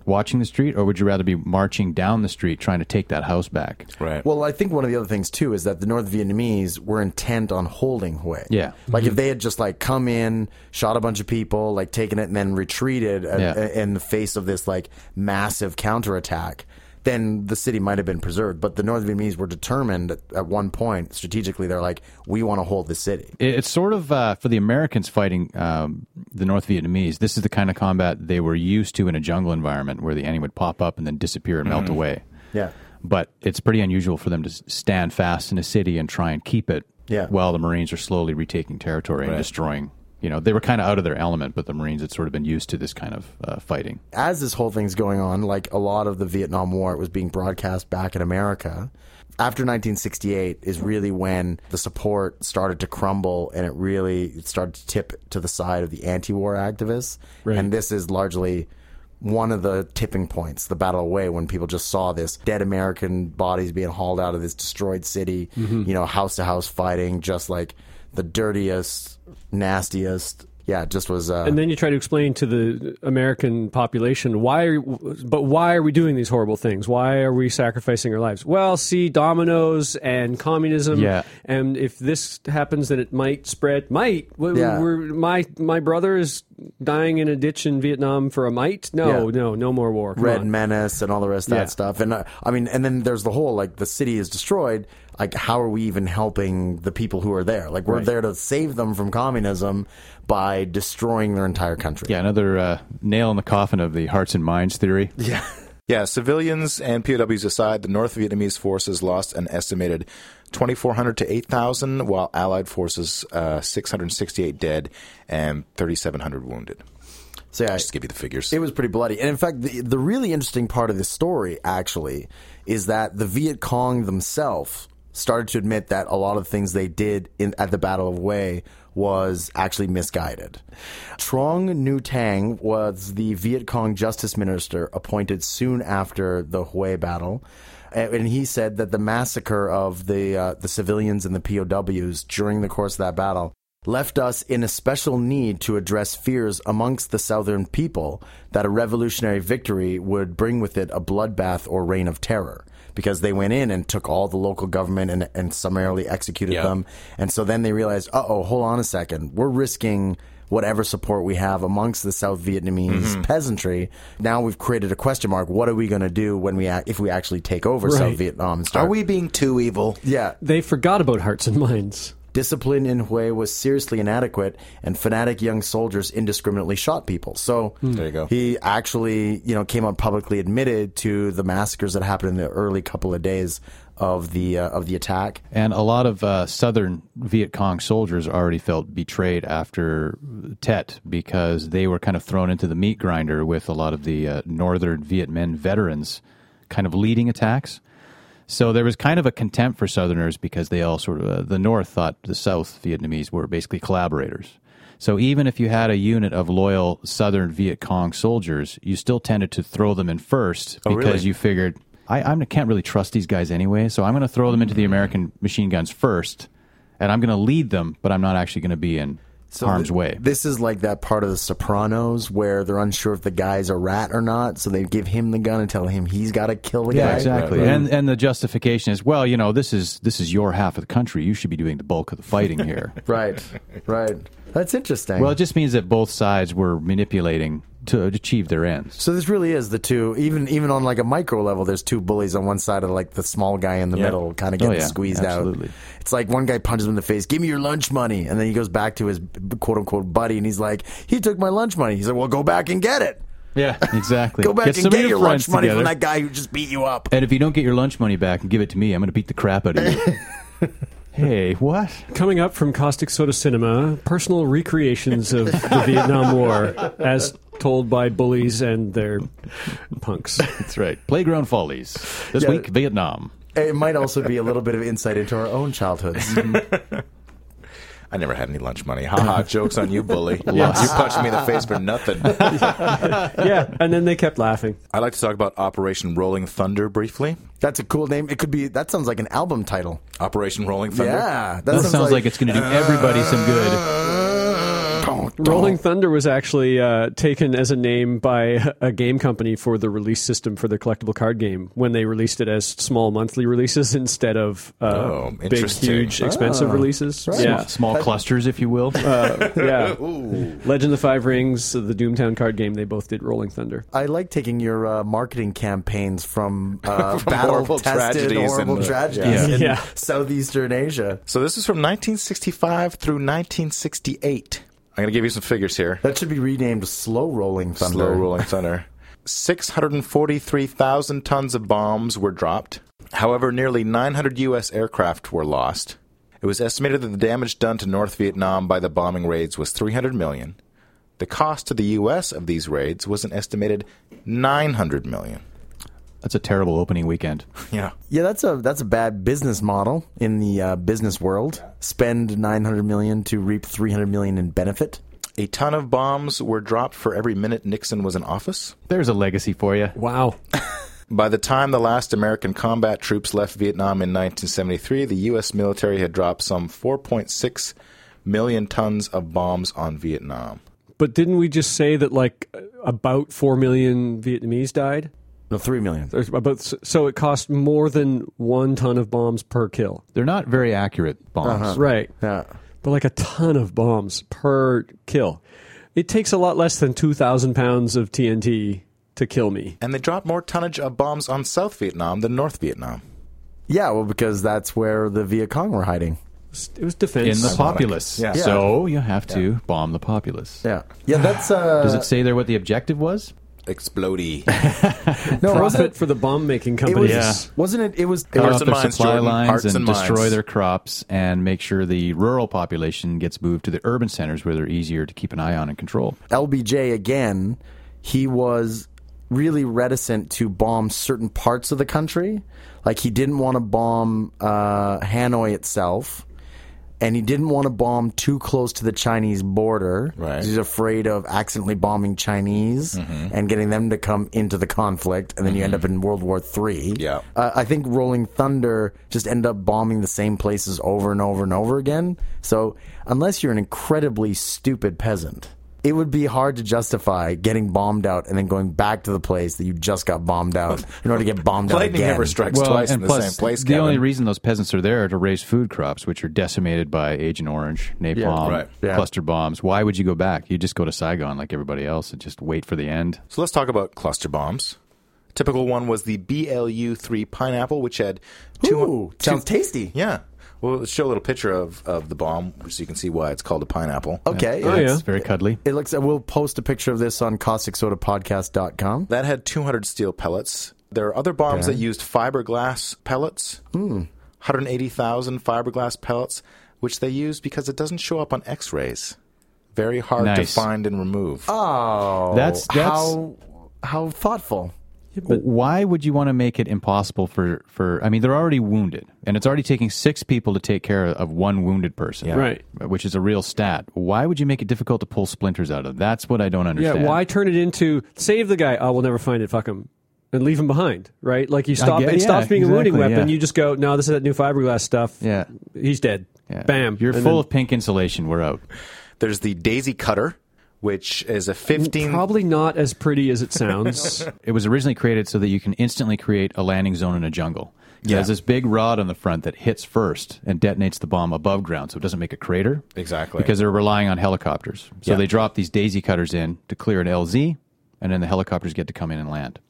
Speaker 5: watching the street, or would you rather be marching down the street trying to take that house back?
Speaker 9: Right.
Speaker 2: Well, I think one of the other things too is that the North Vietnamese were intent on holding Hue.
Speaker 5: Yeah. Mm-hmm.
Speaker 2: like if they had just like come in, shot a bunch of people, like taken it, and then retreated uh,
Speaker 5: Yeah.
Speaker 2: in the face of this like massive counterattack, then the city might have been preserved. But the North Vietnamese were determined at, at one point strategically. They're like, we want to hold the city.
Speaker 5: It- It's sort of uh, for the Americans fighting um, the North Vietnamese. This is the kind of combat they were used to in a jungle environment where the enemy would pop up and then disappear and melt away.
Speaker 2: Mm-hmm. Yeah.
Speaker 5: but it's pretty unusual for them to s- stand fast in a city and try and keep it
Speaker 2: Yeah.
Speaker 5: while the Marines are slowly retaking territory
Speaker 9: Right.
Speaker 5: and destroying. You know, they were kind of out of their element, but the Marines had sort of been used to this kind of uh, fighting.
Speaker 2: as this whole thing's going on, like a lot of the Vietnam War, it was being broadcast back in America. After 1968 is really when the support started to crumble and it really it started to tip to the side of the anti war activists. And this is largely one of the tipping points, the Battle of Way, when people just saw this dead American bodies being hauled out of this destroyed city, you know, house to house fighting, just like the dirtiest, nastiest. Yeah, it just was. Uh,
Speaker 6: and then you try to explain to the American population why, are, but why are we doing these horrible things? Why are we sacrificing our lives? Well, see, dominoes and communism,
Speaker 5: Yeah.
Speaker 6: and if this happens, then it might spread. Might we
Speaker 2: Yeah.
Speaker 6: we're, my my brother is dying in a ditch in Vietnam for a mite. No,
Speaker 2: Yeah.
Speaker 6: no, no more war. Come
Speaker 2: Red
Speaker 6: on.
Speaker 2: Menace and all the rest of
Speaker 6: Yeah.
Speaker 2: that stuff. And uh, I mean, and then there's the whole like the city is destroyed. Like, how are we even helping the people who are there? Like, we're there to save them from communism by destroying their entire country.
Speaker 5: Yeah, another uh, nail in the coffin of the hearts and minds theory. Yeah.
Speaker 9: Yeah, civilians and POWs aside, the North Vietnamese forces lost an estimated 2,400 to 8,000, while Allied forces uh, 668 dead and 3,700 wounded.
Speaker 2: So yeah,
Speaker 9: Just to give you the figures.
Speaker 2: It was pretty bloody. And in fact, the, the really interesting part of the story, actually, is that the Viet Cong themselves started to admit that a lot of the things they did in, at the Battle of Wei was actually misguided. Trong Nut Tang was the Viet Cong justice minister appointed soon after the Hue battle. And and he said that the massacre of the uh, the civilians and the POWs during the course of that battle left us in a special need to address fears amongst the southern people that a revolutionary victory would bring with it a bloodbath or reign of terror because they went in and took all the local government and, and summarily executed them and so then they realized uh-oh hold on a second we're risking whatever support we have amongst the south vietnamese peasantry now we've created a question mark what are we going to do when we act if we actually take over south
Speaker 6: Right.
Speaker 2: vietnam and start
Speaker 9: being too evil?
Speaker 2: yeah
Speaker 6: They forgot about hearts and minds.
Speaker 2: Discipline in Hue was seriously inadequate, and fanatic young soldiers indiscriminately shot people. So
Speaker 5: Hmm.
Speaker 9: There you go.
Speaker 2: He actually, you know, came out publicly admitted to the massacres that happened in the early couple of days of the uh, of the attack.
Speaker 5: And a lot of uh, southern Viet Cong soldiers already felt betrayed after Tet because they were kind of thrown into the meat grinder with a lot of the uh, northern Viet Minh veterans kind of leading attacks. So there was kind of a contempt for Southerners because they all sort of, uh, the North thought the South Vietnamese were basically collaborators. So even if you had a unit of loyal Southern Viet Cong soldiers, you still tended to throw them in first because
Speaker 9: really?
Speaker 5: you figured, I, I can't really trust these guys anyway, so I'm going to throw them into the American machine guns first, and I'm going to lead them, but I'm not actually going to be in
Speaker 2: So
Speaker 5: harm's
Speaker 2: th-
Speaker 5: way.
Speaker 2: This is like that part of The Sopranos where they're unsure if the guy's a rat or not, so they give him the gun and tell him he's got to kill the guy.
Speaker 5: yeah, exactly.
Speaker 9: Right, right.
Speaker 5: And and the justification is, well, you know, this is this is your half of the country. You should be doing the bulk of the fighting here.
Speaker 2: Right, right. That's interesting.
Speaker 5: Well, it just means that both sides were manipulating to achieve their ends.
Speaker 2: So this really is the two, even even on like a micro level. There's two bullies on one side of like the small guy in the middle, kind of getting
Speaker 5: yeah.
Speaker 2: squeezed
Speaker 5: Absolutely.
Speaker 2: out. It's like one guy punches him in the face, "Give me your lunch money," and then he goes back to his quote unquote buddy, and he's like, "He took my lunch money." He's like, "Well, go back and get it.
Speaker 5: Yeah, exactly.
Speaker 2: Go back and
Speaker 5: some of
Speaker 2: get your, lunch
Speaker 5: friends
Speaker 2: money
Speaker 5: together.
Speaker 2: from that guy who just beat you up."
Speaker 5: And if you don't get your lunch money back and give it to me, I'm going to beat the crap out of you. hey, what?
Speaker 6: Coming up from Caustic Soda Cinema, personal recreations of the Vietnam War as told by bullies and their punks.
Speaker 5: That's right. Playground Follies. This
Speaker 2: Yeah.
Speaker 5: week, Vietnam.
Speaker 2: It might also be a little bit of insight into our own childhoods.
Speaker 9: I never had any lunch money. Ha ha, joke's on you, bully. You punched me in the face for nothing.
Speaker 6: Yeah, and then they kept laughing.
Speaker 9: I'd like to talk about Operation Rolling Thunder briefly.
Speaker 2: that's a cool name. It could be. That sounds like an album title.
Speaker 9: Operation Rolling Thunder.
Speaker 2: Yeah,
Speaker 5: That sounds like, it's going to do everybody some good.
Speaker 2: uh, Oh.
Speaker 6: Rolling Thunder was actually uh, taken as a name by a game company for the release system for their collectible card game when they released it as small monthly releases instead of uh,
Speaker 9: Oh,
Speaker 6: big,
Speaker 9: interesting.
Speaker 6: huge, expensive releases.
Speaker 5: Small, small clusters, if you will.
Speaker 2: Uh.
Speaker 6: Yeah, yeah. Legend of the Five Rings, the Doomtown card game, they both did Rolling Thunder.
Speaker 2: I like taking your uh, marketing campaigns from, uh, battle
Speaker 9: horrible
Speaker 2: tested
Speaker 9: tragedies
Speaker 2: horrible
Speaker 9: and-
Speaker 2: tragedies
Speaker 5: Yeah.
Speaker 2: in
Speaker 6: Yeah.
Speaker 2: southeastern Asia.
Speaker 9: So this is from 1965 through 1968. I'm going to give you some figures here.
Speaker 2: That should be renamed Slow Rolling Thunder.
Speaker 9: Slow rolling thunder. 643,000 tons of bombs were dropped. However, nearly 900 U.S. aircraft were lost. It was estimated that the damage done to North Vietnam by the bombing raids was 300 million. The cost to the U.S. of these raids was an estimated 900 million.
Speaker 5: That's a terrible opening weekend.
Speaker 9: Yeah.
Speaker 2: Yeah, that's a that's a bad business model in the uh, business world. Spend 900 million to reap 300 million in benefit.
Speaker 9: A ton of bombs were dropped for every minute Nixon was in office.
Speaker 5: There's a legacy for you.
Speaker 6: Wow.
Speaker 9: By the time the last American combat troops left Vietnam in 1973, the U.S. military had dropped some 4.6 million tons of bombs on Vietnam.
Speaker 6: But didn't we just say that like about 4 million Vietnamese died?
Speaker 2: No, 3 million.
Speaker 6: There's about so it cost more than one ton of bombs per kill.
Speaker 5: They're not very accurate bombs.
Speaker 2: Uh-huh.
Speaker 6: Right.
Speaker 2: Yeah.
Speaker 6: But like a ton of bombs per kill. It takes a lot less than 2,000 pounds of TNT to kill me.
Speaker 9: And they dropped more tonnage of bombs on South Vietnam than North Vietnam.
Speaker 2: Yeah, well because that's where the Viet Cong were hiding.
Speaker 6: It was defense.
Speaker 5: In the populace.
Speaker 9: Yeah.
Speaker 5: So you have to bomb the populace.
Speaker 2: Yeah. Yeah, that's uh
Speaker 5: Does it say there what the objective was?
Speaker 9: explodey.
Speaker 2: No, wasn't
Speaker 6: Profit
Speaker 2: it?
Speaker 6: for the bomb making
Speaker 2: It
Speaker 6: company.
Speaker 2: was,
Speaker 5: Yeah.
Speaker 2: wasn't it? It was. It
Speaker 5: cut
Speaker 9: Hearts
Speaker 5: off
Speaker 9: and
Speaker 5: their
Speaker 9: minds,
Speaker 5: supply
Speaker 9: Jordan.
Speaker 5: lines
Speaker 9: Hearts
Speaker 5: and,
Speaker 9: and
Speaker 5: destroy
Speaker 9: minds.
Speaker 5: their crops and make sure the rural population gets moved to the urban centers where they're easier to keep an eye on and control.
Speaker 2: LBJ again, he was really reticent to bomb certain parts of the country. Like he didn't want to bomb uh, Hanoi itself, and he didn't want to bomb too close to the Chinese border.
Speaker 9: Right.
Speaker 2: 'cause He's afraid of accidentally bombing Chinese and getting them to come into the conflict, and then you end up in World War Three.
Speaker 9: Yeah.
Speaker 2: Uh, I think Rolling Thunder just end up bombing the same places over and over and over again. So, unless you're an incredibly stupid peasant, it would be hard to justify getting bombed out and then going back to the place that you just got bombed out in order to get bombed out
Speaker 9: Lightning
Speaker 2: again.
Speaker 9: never strikes twice in the same place.
Speaker 5: the only
Speaker 9: Kevin.
Speaker 5: reason those peasants are there are to raise food crops, which are decimated by Agent Orange, napalm,
Speaker 9: right.
Speaker 2: Yeah.
Speaker 5: cluster bombs. Why would you go back? You just go to Saigon like everybody else and just wait for the end.
Speaker 9: So let's talk about cluster bombs. Typical one was the BLU3 pineapple, which had two.
Speaker 2: Ooh, sounds tasty.
Speaker 9: Yeah. Well, let's show a little picture of, of the bomb so you can see why it's called a pineapple.
Speaker 2: Okay.
Speaker 6: Oh,
Speaker 2: it's-
Speaker 6: yeah.
Speaker 5: It's very cuddly.
Speaker 2: It looks. uh, We'll post a picture of this on causticsodapodcast.com.
Speaker 9: That had 200 steel pellets. There are other bombs that used fiberglass pellets,
Speaker 5: Hmm.
Speaker 9: 180,000 fiberglass pellets, which they used because it doesn't show up on x rays. Very hard
Speaker 5: Nice. Ah.
Speaker 9: to find and remove.
Speaker 2: Oh.
Speaker 5: that's that's
Speaker 2: How how thoughtful.
Speaker 5: why would you want to make it impossible for for I mean they're already wounded and it's already taking 6 people to take care of one wounded person.
Speaker 6: Right.
Speaker 5: Which is a real stat. Why would you make it difficult to pull splinters out of? That's what I don't
Speaker 6: Yeah,
Speaker 5: understand.
Speaker 6: why turn it into save the guy? Oh, we'll never find it. Fuck him. And leave him behind, right? Like you stop,
Speaker 5: get-
Speaker 6: it
Speaker 5: yeah,
Speaker 6: stops being a wounding
Speaker 5: exactly,
Speaker 6: weapon.
Speaker 5: yeah.
Speaker 6: You just go, no, this is that new fiberglass stuff.
Speaker 5: Yeah.
Speaker 6: he's dead.
Speaker 5: Yeah.
Speaker 6: Bam.
Speaker 5: You're
Speaker 6: And
Speaker 5: full
Speaker 6: then-
Speaker 5: of pink insulation. We're out.
Speaker 9: There's the daisy cutter, which is a 15.
Speaker 6: Probably not as pretty as it sounds.
Speaker 5: It was originally created so that you can instantly create a landing zone in a jungle. It has this big rod on the front that hits first and detonates the bomb above ground, so it doesn't make a crater.
Speaker 9: Exactly.
Speaker 5: Because they're relying on helicopters. So
Speaker 9: Yeah.
Speaker 5: they drop these daisy cutters in to clear an LZ, and then the helicopters get to come in and land.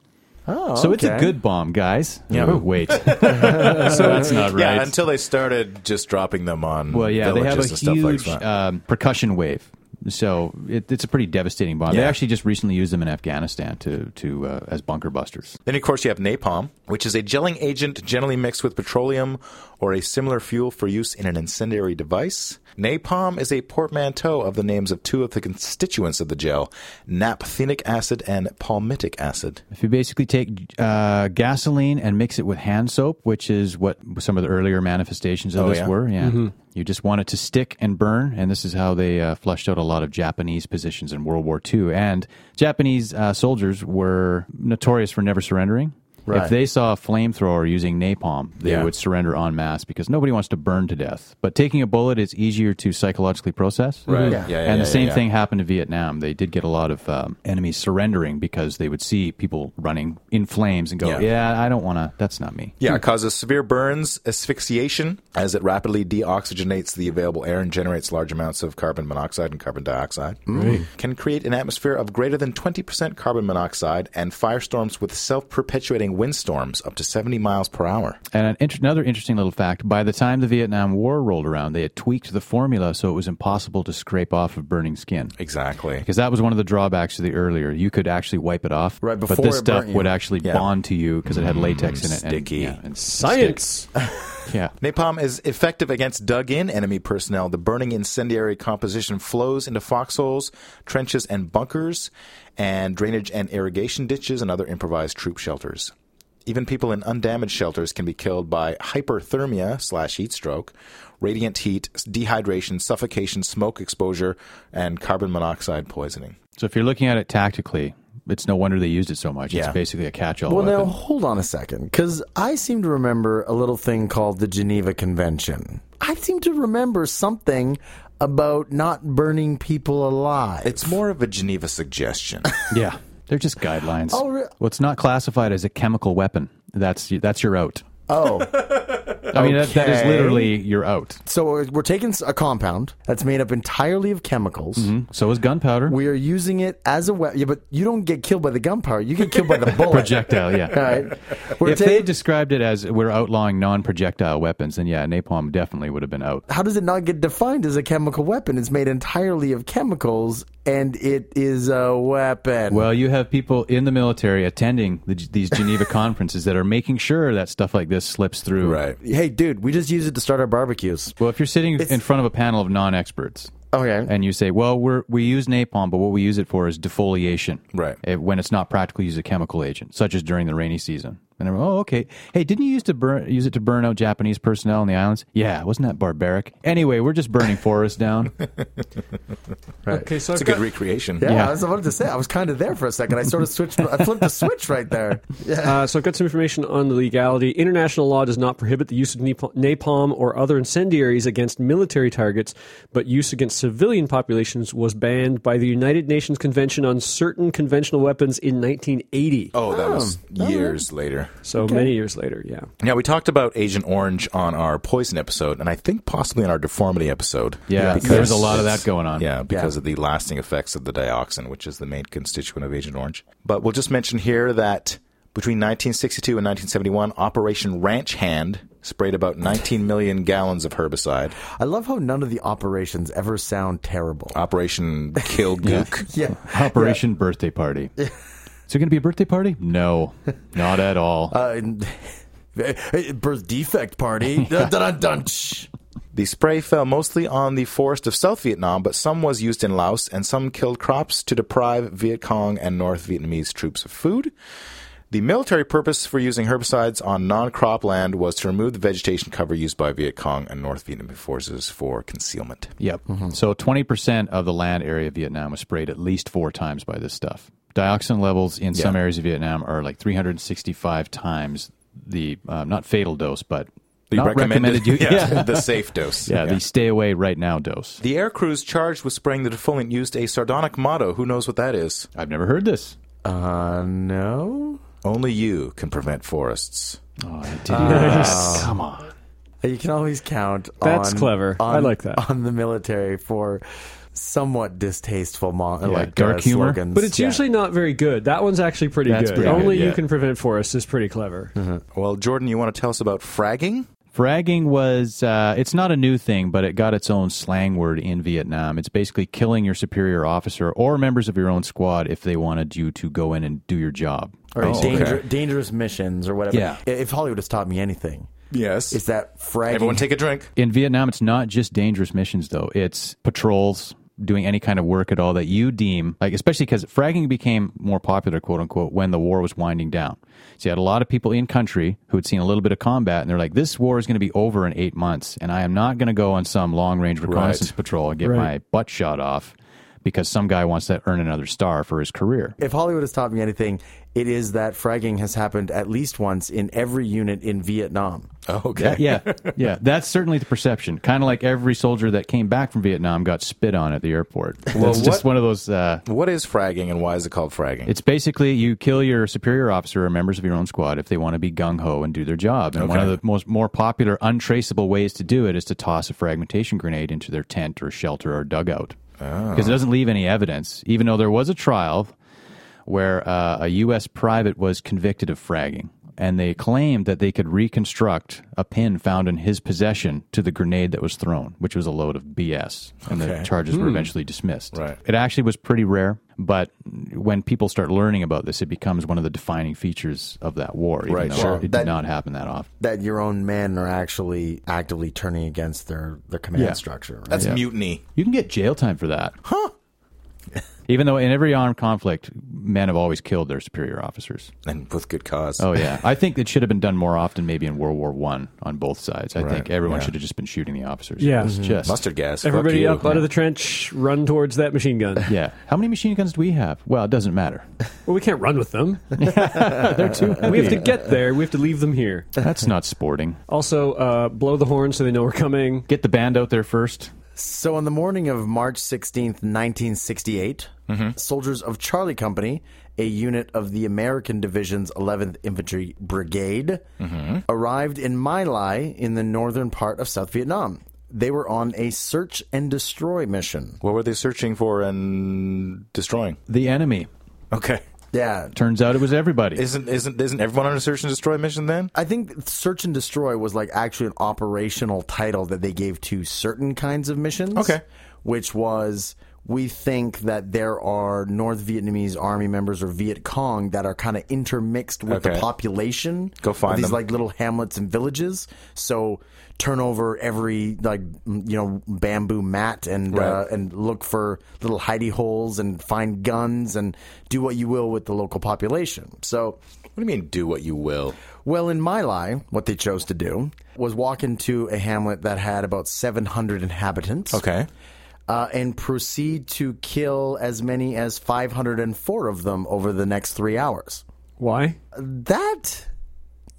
Speaker 5: Oh, so it's a
Speaker 2: okay.
Speaker 5: good bomb, guys. Yeah. wait. so that's not right.
Speaker 9: Yeah, until they started just dropping them on.
Speaker 5: Well, yeah, they have a
Speaker 9: villages and stuff
Speaker 5: huge
Speaker 9: like that.
Speaker 5: um, percussion wave. So it, it's a pretty devastating bomb. They
Speaker 9: Yeah.
Speaker 5: actually just recently used them in Afghanistan to to uh, as bunker busters.
Speaker 9: Then, of course, you have napalm, which is a gelling agent generally mixed with petroleum or a similar fuel for use in an incendiary device. Napalm is a portmanteau of the names of two of the constituents of the gel naphthenic acid and palmitic acid.
Speaker 5: If you basically take uh, gasoline and mix it with hand soap, which is what some of the earlier manifestations of
Speaker 9: Oh,
Speaker 5: this
Speaker 9: yeah?
Speaker 5: were, yeah, you just want it to stick and burn. And this is how they uh, flushed out a lot of Japanese positions in World War II. And Japanese uh, soldiers were notorious for never surrendering.
Speaker 9: Right.
Speaker 5: If they saw a flamethrower using napalm, they
Speaker 9: Yeah.
Speaker 5: would surrender en masse because nobody wants to burn to death. But taking a bullet is easier to psychologically process.
Speaker 9: Right. Yeah. Yeah, yeah,
Speaker 5: and the
Speaker 9: yeah,
Speaker 5: same
Speaker 9: yeah.
Speaker 5: thing happened to Vietnam. They did get a lot of um, enemies surrendering because they would see people running in flames and go,
Speaker 9: Yeah.
Speaker 5: "Yeah, I don't want to. That's not me."
Speaker 9: Yeah, it causes severe burns, asphyxiation, as it rapidly deoxygenates the available air and generates large amounts of carbon monoxide and carbon dioxide. Can create an atmosphere of greater than 20% carbon monoxide and firestorms with self perpetuating windstorms up to 70 miles per hour.
Speaker 5: And an inter- another interesting little fact: by the time the Vietnam War rolled around, they had tweaked the formula so it was impossible to scrape off of burning skin.
Speaker 9: Exactly.
Speaker 5: Because that was one of the drawbacks to the earlier. You could actually wipe it off,
Speaker 2: Right
Speaker 5: but
Speaker 2: before
Speaker 5: this
Speaker 2: it
Speaker 5: stuff
Speaker 2: burnt you.
Speaker 5: would actually
Speaker 9: Yeah.
Speaker 5: bond to you because it had latex in it. and-
Speaker 9: sticky.
Speaker 5: yeah, and stick.
Speaker 6: Science.
Speaker 5: Yeah.
Speaker 9: Napalm is effective against dug in enemy personnel. The burning incendiary composition flows into foxholes, trenches, and bunkers, and drainage and irrigation ditches and other improvised troop shelters. Even people in undamaged shelters can be killed by hyperthermia slash heat stroke, radiant heat, dehydration, suffocation, smoke exposure, and carbon monoxide poisoning.
Speaker 5: So if you're looking at it tactically, it's no wonder they used it so much.
Speaker 9: Yeah.
Speaker 5: It's basically a catch-all
Speaker 2: Well, now
Speaker 5: weapon.
Speaker 2: hold on a second, because I seem to remember a little thing called the Geneva Convention. I seem to remember something about not burning people alive.
Speaker 9: It's more of a Geneva suggestion.
Speaker 5: Yeah, they're just guidelines.
Speaker 2: Oh, re-
Speaker 5: well, it's not classified as a chemical weapon. That's that's your out.
Speaker 2: oh,
Speaker 5: I mean, that, that is
Speaker 9: Okay.
Speaker 5: literally your out.
Speaker 2: so we're- we're taking s- a compound that's made up entirely of chemicals.
Speaker 5: So is gunpowder.
Speaker 2: We are using it as a weapon. Yeah, but you don't get killed by the gunpowder. You get killed by the bullet.
Speaker 5: projectile.
Speaker 2: All
Speaker 5: Yeah.
Speaker 2: right. We're
Speaker 5: if they
Speaker 2: taking-
Speaker 5: described it as we're outlawing non-projectile weapons, then yeah, napalm definitely would have been out.
Speaker 2: how does it not get defined as a chemical weapon? It's made entirely of chemicals and it is a weapon.
Speaker 5: Well, you have people in the military attending the, these Geneva conferences that are making sure that stuff like this slips through.
Speaker 9: Right.
Speaker 2: hey, dude, we just use it to start our barbecues.
Speaker 5: Well, if you're sitting in front of a panel of non-experts
Speaker 2: Okay.
Speaker 5: and you say, "Well, we're we use napalm, but what we use it for is defoliation."
Speaker 9: Right.
Speaker 5: Eh, when it's not practical, use a chemical agent, such as during the rainy season. And they're, "Oh, okay. Hey, didn't you use to burn use it to burn out Japanese personnel in the islands? Yeah, wasn't that barbaric? Anyway, we're just burning forests down.
Speaker 6: Okay, so
Speaker 9: It's a
Speaker 6: I've
Speaker 9: good
Speaker 6: got,
Speaker 9: recreation.
Speaker 2: Yeah,
Speaker 5: Yeah.
Speaker 2: I was about to say I was kind of there for a second. I sort of switched. I flipped the switch right there. Yeah.
Speaker 6: uh, so I've got some information on the legality. International law does not prohibit the use of nap- napalm or other incendiaries against military targets, but use against civilian populations was banned by the United Nations Convention on Certain Conventional Weapons in 1980.
Speaker 9: Oh, that was years later.
Speaker 6: So many years later, yeah.
Speaker 9: Now, we talked about Agent Orange on our poison episode, and I think possibly on our deformity episode.
Speaker 5: Yeah,
Speaker 9: because
Speaker 5: there's a lot of
Speaker 9: it's-
Speaker 5: that going on.
Speaker 9: Yeah, because of the lasting effects of the dioxin, which is the main constituent of Agent Orange. But we'll just mention here that between 1962 and 1971, Operation Ranch Hand sprayed about 19 million gallons of herbicide.
Speaker 2: I love how none of the operations ever sound terrible.
Speaker 5: Uh,
Speaker 9: Operation Kill Gook.
Speaker 2: yeah.
Speaker 5: Operation Birthday Party. Is it going to be a birthday party? No, not at all.
Speaker 2: Uh, birth defect party. dun, dun, dun, dun, shh.
Speaker 9: The spray fell mostly on the forest of South Vietnam, but some was used in Laos, and some killed crops to deprive Viet Cong and North Vietnamese troops of food. The military purpose for using herbicides on non crop land was to remove the vegetation cover used by Viet Cong and North Vietnamese forces for concealment.
Speaker 5: Yep. So 20% of the land area of Vietnam was sprayed at least four times by this stuff. Dioxin levels in some areas of Vietnam are like 365 times the um, not fatal dose, but
Speaker 9: The
Speaker 5: not recommended, you. Yeah.
Speaker 9: yeah,
Speaker 5: Yeah.
Speaker 9: the safe dose.
Speaker 5: the stay away right now dose.
Speaker 9: The air crews charged with spraying the defoliant used a sardonic motto. Who knows what that is?
Speaker 5: I've never heard this.
Speaker 2: Uh, no.
Speaker 9: Only you can prevent forests.
Speaker 5: Oh, I did Come on.
Speaker 2: You can always count.
Speaker 6: That's
Speaker 2: on-
Speaker 6: clever. I
Speaker 2: on-
Speaker 6: like that.
Speaker 2: on the military for somewhat distasteful, mo- like
Speaker 5: dark
Speaker 2: uh,
Speaker 5: humor.
Speaker 2: slogans.
Speaker 6: But it's
Speaker 2: Yeah.
Speaker 6: usually not very good. That one's actually pretty
Speaker 5: That's
Speaker 6: good.
Speaker 5: pretty good, Hmm.
Speaker 6: Only
Speaker 9: yeah.
Speaker 6: you can prevent forests is pretty clever.
Speaker 9: Well, Jordan, you want to tell us about fragging?
Speaker 5: Fragging was, uh, it's not a new thing, but it got its own slang word in Vietnam. It's basically killing your superior officer or members of your own squad if they wanted you to go in and do your job.
Speaker 2: Or danger, dangerous missions or whatever.
Speaker 5: Oh, Yeah.
Speaker 2: I- If Hollywood has taught me anything,
Speaker 9: Yes.
Speaker 2: it's that fragging.
Speaker 9: Everyone take a drink.
Speaker 5: In Vietnam, it's not just dangerous missions, though. It's patrols, doing any kind of work at all that you deem, like, especially because fragging became more popular, quote unquote, when the war was winding down. So you had a lot of people in country who had seen a little bit of combat, and they're like, this war is going to be over in eight months, and I am not going to go on some long range reconnaissance patrol and get my butt shot off because some guy wants to earn another star for his career.
Speaker 2: if Hollywood has taught me anything, it is that fragging has happened at least once in every unit in Vietnam.
Speaker 9: Okay.
Speaker 5: yeah, yeah, that's certainly the perception. Kind of like every soldier that came back from Vietnam got spit on at the airport. Well, it's just
Speaker 9: what-
Speaker 5: one of those. Uh,
Speaker 9: What is fragging and why is it called fragging?
Speaker 5: It's basically you kill your superior officer or members of your own squad if they want to be gung ho and do their job. And one of the most more popular untraceable ways to do it is to toss a fragmentation grenade into their tent or shelter or dugout because it doesn't leave any evidence. Even though there was a trial where uh, a U.S. private was convicted of fragging, and they claimed that they could reconstruct a pin found in his possession to the grenade that was thrown, which was a load of BS, and the charges were eventually dismissed.
Speaker 9: Hmm. Right.
Speaker 5: It actually was pretty rare, but when people start learning about this, it becomes one of the defining features of that war, even
Speaker 9: Right,
Speaker 5: though
Speaker 9: sure.
Speaker 5: it did
Speaker 2: That-
Speaker 5: not happen that often.
Speaker 2: That your own men are actually actively turning against their, their command
Speaker 5: Yeah.
Speaker 2: structure. Right?
Speaker 9: That's mutiny.
Speaker 5: You can get jail time for that. Huh. Even though in every armed conflict, men have always killed their superior officers.
Speaker 9: And with good cause.
Speaker 5: Oh yeah, I think it should have been done more often. Maybe in World War One on both sides. I think everyone
Speaker 9: yeah.
Speaker 5: should have just been shooting the officers.
Speaker 6: Yeah.
Speaker 5: It's just
Speaker 9: Mustard gas. fuck
Speaker 6: Everybody
Speaker 9: you.
Speaker 6: up out of the trench, run towards that machine gun.
Speaker 5: yeah. How many machine guns do we have? Well, it doesn't matter.
Speaker 6: Well, we can't run with them. We have to get there. We have to leave them here.
Speaker 5: That's not sporting.
Speaker 6: Also, uh, blow the horn so they know we're coming.
Speaker 5: Get the band out there first.
Speaker 2: So, on the morning of March 16th, 1968, soldiers of Charlie Company, a unit of the American Division's 11th Infantry Brigade, arrived in My Lai in the northern part of South Vietnam. They were on a search and destroy mission.
Speaker 9: What were they searching for and destroying?
Speaker 5: The enemy.
Speaker 9: Okay.
Speaker 2: Yeah.
Speaker 5: Turns out it was everybody.
Speaker 9: Isn't isn't isn't everyone on a search and destroy mission then?
Speaker 2: I think search and destroy was like actually an operational title that they gave to certain kinds of missions.
Speaker 9: Okay.
Speaker 2: Which was we think that there are North Vietnamese army members or Viet Cong that are kind of intermixed with
Speaker 9: Okay.
Speaker 2: the population.
Speaker 9: Go
Speaker 2: of
Speaker 9: find
Speaker 2: these
Speaker 9: them.
Speaker 2: like little hamlets and villages. So turn over every like m- you know bamboo mat and uh,
Speaker 9: Right.
Speaker 2: and look for little hidey holes and find guns and do what you will with the local population. So
Speaker 9: What do you mean, do what you will?
Speaker 2: well, in my lie, what they chose to do was walk into a hamlet that had about 700 inhabitants.
Speaker 9: Okay.
Speaker 2: Uh, and proceed to kill as many as 504 of them over the next three hours.
Speaker 6: Why?
Speaker 2: That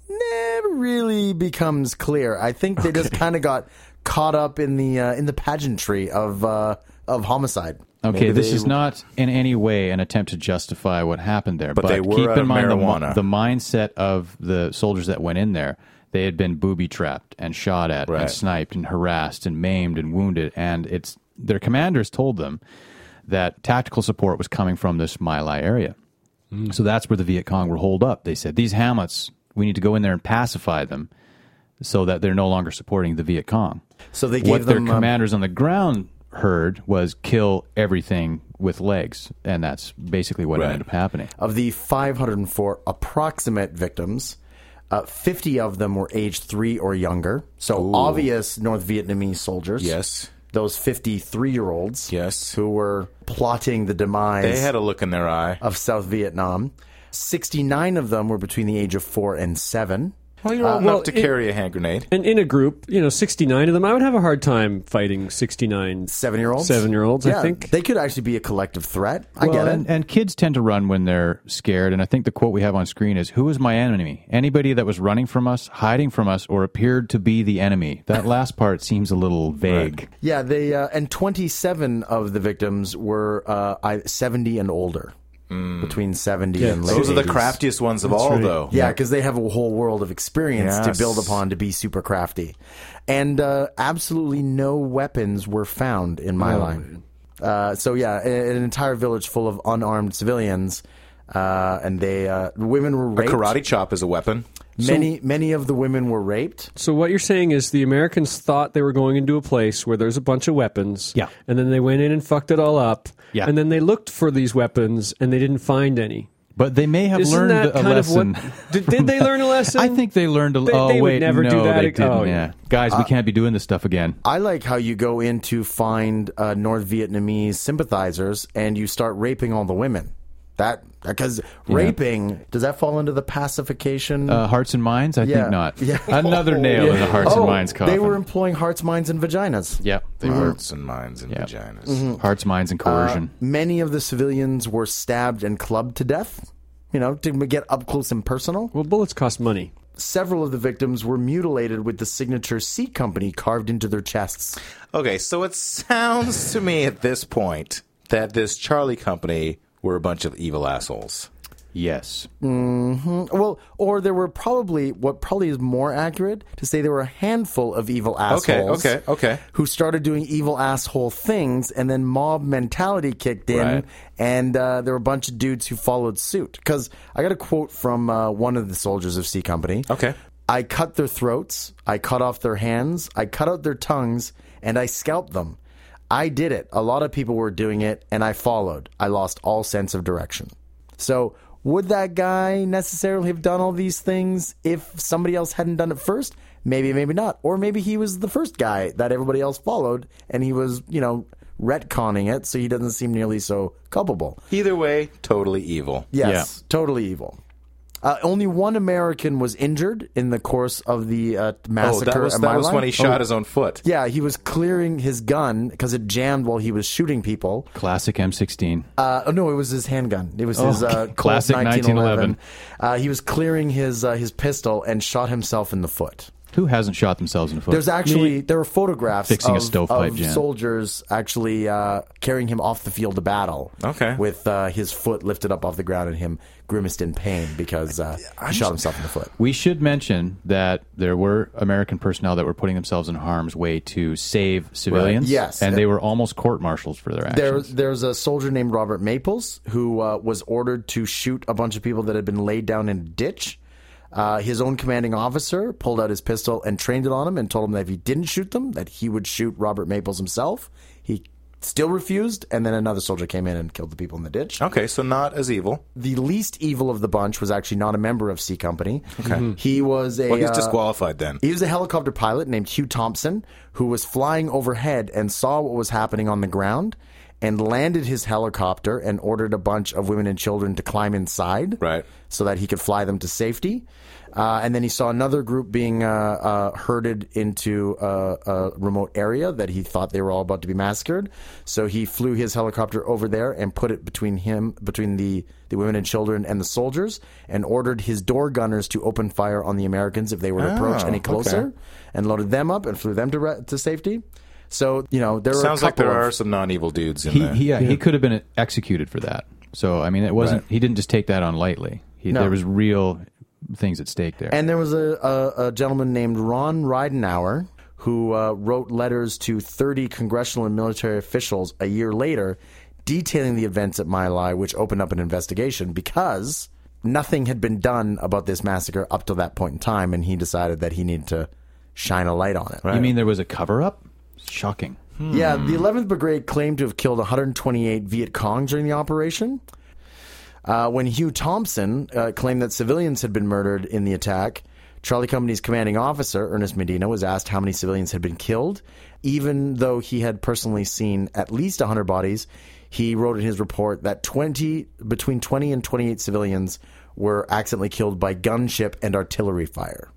Speaker 2: never really becomes clear. I think they just kind of got caught up in the uh, in the pageantry of uh, of homicide.
Speaker 5: Okay, this is not in any way an attempt to justify what happened there. But,
Speaker 9: they were
Speaker 5: keep
Speaker 9: out
Speaker 5: in
Speaker 9: of
Speaker 5: mind the, mi-
Speaker 9: marijuana.
Speaker 5: the mindset of the soldiers that went in there. They had been booby trapped and shot at
Speaker 9: Right.
Speaker 5: and sniped and harassed and maimed and wounded. And it's their commanders told them that tactical support was coming from this My Lai area. So that's where the Viet Cong were holed up. They said, These hamlets, we need to go in there and pacify them so that they're no longer supporting the Viet Cong
Speaker 2: So they gave
Speaker 5: what their
Speaker 6: um,
Speaker 2: them uh,
Speaker 5: commanders on the ground heard was kill everything with legs, and that's basically what
Speaker 9: Right.
Speaker 5: ended up happening.
Speaker 2: of the 504 approximate victims, uh, 50 of them were aged three or younger. So obvious North Vietnamese soldiers.
Speaker 9: Yes.
Speaker 2: Those 53 year olds.
Speaker 9: Yes.
Speaker 2: Who were plotting the demise
Speaker 9: They had a look in their eye.
Speaker 2: of South Vietnam. 69 of them were between the age of four and seven.
Speaker 9: Well, you're old
Speaker 6: well,
Speaker 9: enough to
Speaker 6: it-
Speaker 9: carry a hand grenade.
Speaker 6: And in a group, you know, 69 of them, I would have a hard time fighting 69
Speaker 2: Seven year olds?
Speaker 6: Seven year olds, I
Speaker 2: Yeah,
Speaker 6: think.
Speaker 2: They could actually be a collective threat. I
Speaker 5: Well,
Speaker 2: get it.
Speaker 5: and, and kids tend to run when they're scared, and I think the quote we have on screen is, "Who is my enemy? Anybody that was running from us, hiding from us, or appeared to be the enemy." That last part seems a little vague.
Speaker 2: yeah, they, uh, and 27 of the victims were uh, I- 70 and older. Between 70 and late
Speaker 9: Hmm. Those are the
Speaker 2: 80s.
Speaker 9: craftiest ones of all, though.
Speaker 2: Yeah, because they have a whole world of experience
Speaker 9: Yes.
Speaker 2: to build upon to be super crafty. And uh, absolutely no weapons were found in my line. Uh, so, yeah, a- an entire village full of unarmed civilians. Uh, and they, uh, women were
Speaker 9: A
Speaker 2: raped.
Speaker 9: karate chop is a weapon.
Speaker 2: Many, many of the women were raped.
Speaker 6: So what you're saying is the Americans thought they were going into a place where there's a bunch of weapons.
Speaker 5: Yeah.
Speaker 6: And then they went in and fucked it all up.
Speaker 5: Yeah.
Speaker 6: And then they looked for these weapons and they didn't find any.
Speaker 5: But they may have
Speaker 6: Isn't
Speaker 5: learned
Speaker 6: that
Speaker 5: a
Speaker 6: kind
Speaker 5: lesson.
Speaker 6: of what? Did, did they learn a lesson?
Speaker 5: I think they learned a.
Speaker 6: They-
Speaker 5: oh
Speaker 6: they would
Speaker 5: wait,
Speaker 6: never do
Speaker 5: no,
Speaker 6: that
Speaker 5: they
Speaker 6: ag-
Speaker 5: didn't.
Speaker 6: oh, yeah.
Speaker 5: yeah, guys, we can't be doing this stuff again.
Speaker 2: I like how you go in to find uh, North Vietnamese sympathizers and you start raping all the women. That because raping does that fall into the pacification?
Speaker 5: Uh, hearts and minds? I
Speaker 2: Yeah.
Speaker 5: think not.
Speaker 2: Yeah.
Speaker 5: Another nail in the hearts
Speaker 2: oh,
Speaker 5: and minds coffin.
Speaker 2: They were employing hearts, minds, and vaginas.
Speaker 5: yeah, they were
Speaker 9: Hearts and minds and
Speaker 5: Yep.
Speaker 9: vaginas.
Speaker 2: Mm-hmm.
Speaker 5: hearts, minds,
Speaker 2: Uh,
Speaker 5: and coercion.
Speaker 2: Many of the civilians were stabbed and clubbed to death. You know, to get up close and personal.
Speaker 6: well, bullets cost money.
Speaker 2: Several of the victims were mutilated with the signature C Company carved into their chests.
Speaker 9: Okay, so it sounds to me at this point that this Charlie company were a bunch of evil assholes.
Speaker 5: yes.
Speaker 2: Well, or there were probably what probably is more accurate to say there were a handful of evil assholes.
Speaker 9: okay, okay.
Speaker 2: Who started doing evil asshole things, and then mob mentality kicked in,
Speaker 9: Right.
Speaker 2: and uh, there were a bunch of dudes who followed suit. Because I got a quote from uh, one of the soldiers of C Company.
Speaker 9: Okay.
Speaker 2: I cut their throats, I cut off their hands, I cut out their tongues, and I scalped them. I did it. A lot of people were doing it, and I followed. I lost all sense of direction. So, would that guy necessarily have done all these things if somebody else hadn't done it first? Maybe, maybe not. Or maybe he was the first guy that everybody else followed, and he was, you know, retconning it, so he doesn't seem nearly so culpable.
Speaker 9: Either way, totally evil.
Speaker 2: Yes, totally evil. Uh, only one American was injured in the course of the uh,
Speaker 9: Oh,
Speaker 2: massacre.
Speaker 9: that was,
Speaker 2: at
Speaker 9: that
Speaker 2: My Oh.
Speaker 9: was
Speaker 2: Lai.
Speaker 9: when he shot his own foot.
Speaker 2: Yeah, he was clearing his gun because it jammed while he was shooting people.
Speaker 5: Classic M16.
Speaker 2: Uh, oh no, it was his handgun. It
Speaker 9: Oh,
Speaker 2: was his uh, Colt
Speaker 5: Classic
Speaker 2: 1911.
Speaker 5: 1911.
Speaker 2: Uh, he was clearing his uh, his pistol and shot himself in the foot.
Speaker 5: Who hasn't shot themselves in the foot?
Speaker 2: There's actually there were photographs
Speaker 5: Fixing a
Speaker 2: of,
Speaker 5: stovepipe
Speaker 2: of
Speaker 5: jam.
Speaker 2: soldiers actually uh, carrying him off the field of battle.
Speaker 9: Okay.
Speaker 2: with uh, his foot lifted up off the ground and him grimaced in pain because uh, he shot himself in the foot.
Speaker 5: we should mention that there were American personnel that were putting themselves in harm's way to save civilians.
Speaker 2: Yes.
Speaker 5: and they were almost court martialed for their
Speaker 2: There,
Speaker 5: actions.
Speaker 2: there's a soldier named Robert Maples who uh, was ordered to shoot a bunch of people that had been laid down in a ditch. Uh, his own commanding officer pulled out his pistol and trained it on him and told him that if he didn't shoot them, that he would shoot Robert Maples himself. He still refused, and then another soldier came in and killed the people in the ditch.
Speaker 9: Okay, so not as evil.
Speaker 2: The least evil of the bunch was actually not a member of C Company. Okay. He was a
Speaker 9: Well, he's
Speaker 2: uh,
Speaker 9: disqualified then.
Speaker 2: He was a helicopter pilot named Hugh Thompson who was flying overhead and saw what was happening on the ground and landed his helicopter and ordered a bunch of women and children to climb inside
Speaker 9: Right.
Speaker 2: so that he could fly them to safety. Uh, and then he saw another group being uh, uh, herded into a, a remote area that he thought they were all about to be massacred. So he flew his helicopter over there and put it between him, between the, the women and children and the soldiers, and ordered his door gunners to open fire on the Americans if they were to approach
Speaker 9: Oh,
Speaker 2: any
Speaker 9: okay.
Speaker 2: closer, and loaded them up and flew them to, re- to safety. So you know there
Speaker 9: Sounds
Speaker 2: were a
Speaker 9: like
Speaker 2: couple
Speaker 9: there
Speaker 2: of,
Speaker 9: are some non-evil dudes in
Speaker 5: He,
Speaker 9: there.
Speaker 5: he, yeah, he could have been executed for that. So I mean, it wasn't. He didn't just take that on lightly. He,
Speaker 2: No.
Speaker 5: There was real things at stake there.
Speaker 2: And there was a, a, a gentleman named Ron Ridenauer who uh, wrote letters to 30 congressional and military officials a year later detailing the events at My Lai, which opened up an investigation because nothing had been done about this massacre up to that point in time, and he decided that he needed to shine a light on it.
Speaker 5: you mean there was a cover up? Shocking.
Speaker 2: Yeah, the 11th Brigade claimed to have killed 128 Viet Cong during the operation. Uh, when Hugh Thompson uh, claimed that civilians had been murdered in the attack, Charlie Company's commanding officer, Ernest Medina, was asked how many civilians had been killed. Even though he had personally seen at least 100 bodies, he wrote in his report that 20, between 20 and 28 civilians were accidentally killed by gunship and artillery fire.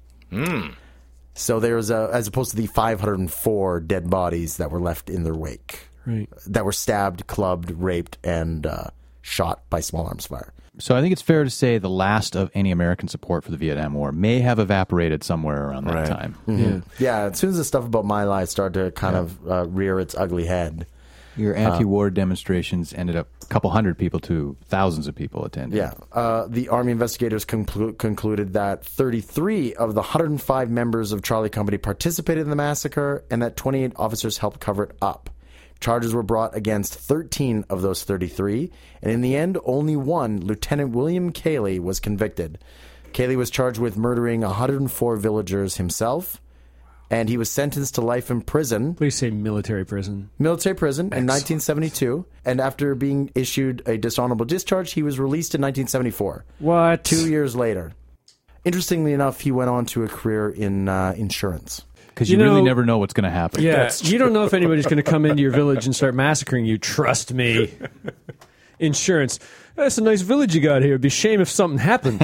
Speaker 2: So there was a, as opposed to the 504 dead bodies that were left in their wake,
Speaker 6: Right.
Speaker 2: that were stabbed, clubbed, raped, and uh, shot by small arms fire.
Speaker 5: So I think it's fair to say the last of any American support for the Vietnam War may have evaporated somewhere around that time.
Speaker 6: Yeah.
Speaker 2: Yeah, as soon as the stuff about my life started to kind of uh, rear its ugly head,
Speaker 5: Your anti-war demonstrations ended up a couple hundred people to thousands of people attending.
Speaker 2: Yeah. Uh, the Army investigators conclu- concluded that 33 of the 105 members of Charlie Company participated in the massacre and that 28 officers helped cover it up. Charges were brought against 13 of those 33, and in the end, only one, Lieutenant William Cayley, was convicted. Cayley was charged with murdering 104 villagers himself, and he was sentenced to life in prison
Speaker 6: Please say military prison.
Speaker 2: military prison in 1972, and after being issued a dishonorable discharge, he was released in 1974.
Speaker 6: What?
Speaker 2: Two years later. Interestingly enough, he went on to a career in uh, insurance.
Speaker 5: because
Speaker 6: You
Speaker 5: you, really
Speaker 6: know-
Speaker 5: never know what's going to happen.
Speaker 6: Yeah, you don't know if anybody's going to come into your village and start massacring you. Trust me. Insurance. That's a nice village you got here. It'd be a shame if something happened.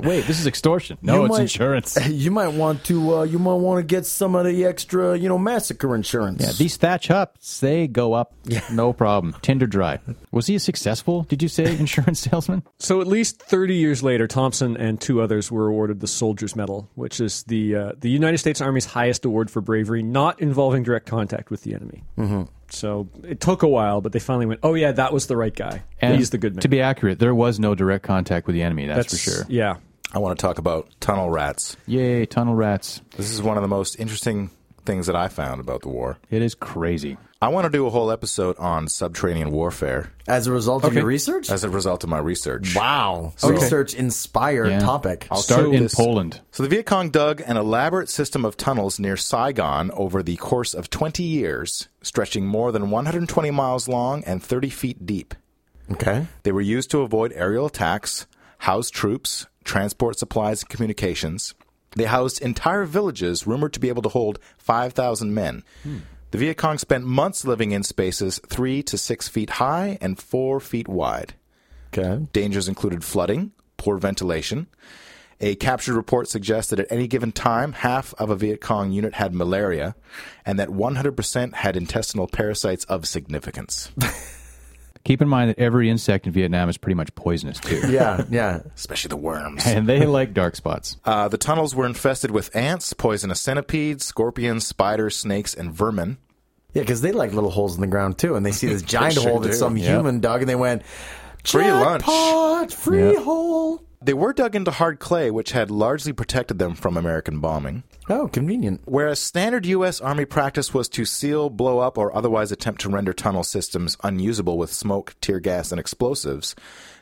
Speaker 5: Wait, this is extortion. No,
Speaker 2: You
Speaker 5: it's
Speaker 2: might-
Speaker 5: insurance.
Speaker 2: You might want to. Uh, you might want to get some of the extra, you know, massacre insurance.
Speaker 5: Yeah, these thatch huts, they go up. No problem. Tinder dry. Was he a successful, did you say, insurance salesman?
Speaker 6: so at least 30 years later, Thompson and two others were awarded the Soldier's Medal, which is the uh, the United States Army's highest award for bravery, not involving direct contact with the enemy. Mm-hmm. So it took a while, but they finally went, "Oh yeah, that was the right guy. He's the good man."
Speaker 5: To be accurate, there was no direct contact with the enemy, that's, for sure.
Speaker 6: Yeah.
Speaker 9: I want to talk about tunnel rats.
Speaker 5: Yay, tunnel rats.
Speaker 9: This is one of the most interesting things that I found about the war.
Speaker 5: It is crazy.
Speaker 9: I want to do a whole episode on subterranean warfare
Speaker 2: As a result of your research.
Speaker 9: as a result of my research.
Speaker 2: wow. Research inspired
Speaker 5: Yeah.
Speaker 2: topic.
Speaker 5: Start
Speaker 9: show
Speaker 5: in
Speaker 9: this-
Speaker 5: Poland.
Speaker 9: So the Viet Cong dug an elaborate system of tunnels near Saigon over the course of 20 years, stretching more than 120 miles long and 30 feet deep.
Speaker 2: Okay.
Speaker 9: They were used to avoid aerial attacks, house troops, transport supplies, and communications. They housed entire villages rumored to be able to hold 5,000 men. The Viet Cong spent months living in spaces three to six feet high and four feet wide.
Speaker 2: Okay.
Speaker 9: Dangers included flooding, poor ventilation. A captured report suggests that at any given time, half of a Viet Cong unit had malaria, and that 100% had intestinal parasites of significance,
Speaker 5: Keep in mind that every insect in Vietnam is pretty much poisonous, too.
Speaker 2: Yeah. Yeah.
Speaker 9: especially the worms.
Speaker 5: and they like dark spots.
Speaker 9: Uh, the tunnels were infested with ants, poisonous centipedes, scorpions, spiders, snakes, and vermin.
Speaker 2: Yeah, because they like little holes in the ground too, and they see this giant
Speaker 9: sure
Speaker 2: hole that
Speaker 9: do,
Speaker 2: some
Speaker 9: yeah.
Speaker 2: human dug, and they went
Speaker 9: Free lunch.
Speaker 2: "Jackpot, free hole.
Speaker 9: They were dug into hard clay, which had largely protected them from American bombing.
Speaker 2: Oh, convenient.
Speaker 9: Whereas standard U.S. Army practice was to seal, blow up, or otherwise attempt to render tunnel systems unusable with smoke, tear gas, and explosives,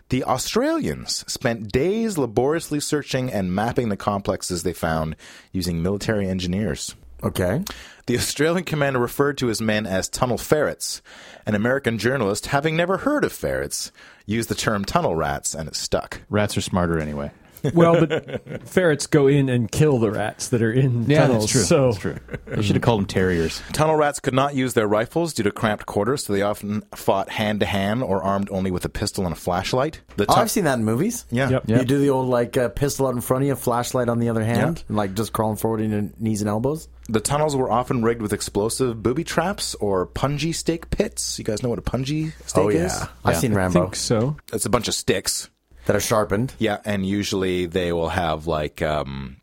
Speaker 9: the Australians spent days laboriously searching and mapping the complexes they found using military engineers.
Speaker 2: Okay.
Speaker 9: The Australian commander referred to his men as tunnel ferrets. An American journalist, having never heard of ferrets, used the term tunnel rats and it stuck.
Speaker 5: Rats are smarter anyway.
Speaker 6: Well, but ferrets go in and kill the rats that are in tunnels. So
Speaker 5: that's true. They should have called them terriers.
Speaker 9: Tunnel rats could not use their rifles due to cramped quarters, so they often fought hand to hand or armed only with a pistol and a flashlight. The
Speaker 2: Oh,
Speaker 9: tun-
Speaker 2: I've seen that in movies.
Speaker 9: Yeah.
Speaker 6: Yep.
Speaker 2: You do the old like uh, pistol out in front of you, flashlight on the other hand, and like just crawling forward in your knees and elbows.
Speaker 9: The tunnels were often rigged with explosive booby traps or punji stake pits. You guys know what a punji stake is?
Speaker 2: I've seen
Speaker 6: I
Speaker 2: Rambo
Speaker 6: think so.
Speaker 9: It's a bunch of sticks.
Speaker 2: that are sharpened.
Speaker 9: Yeah, and usually they will have like um,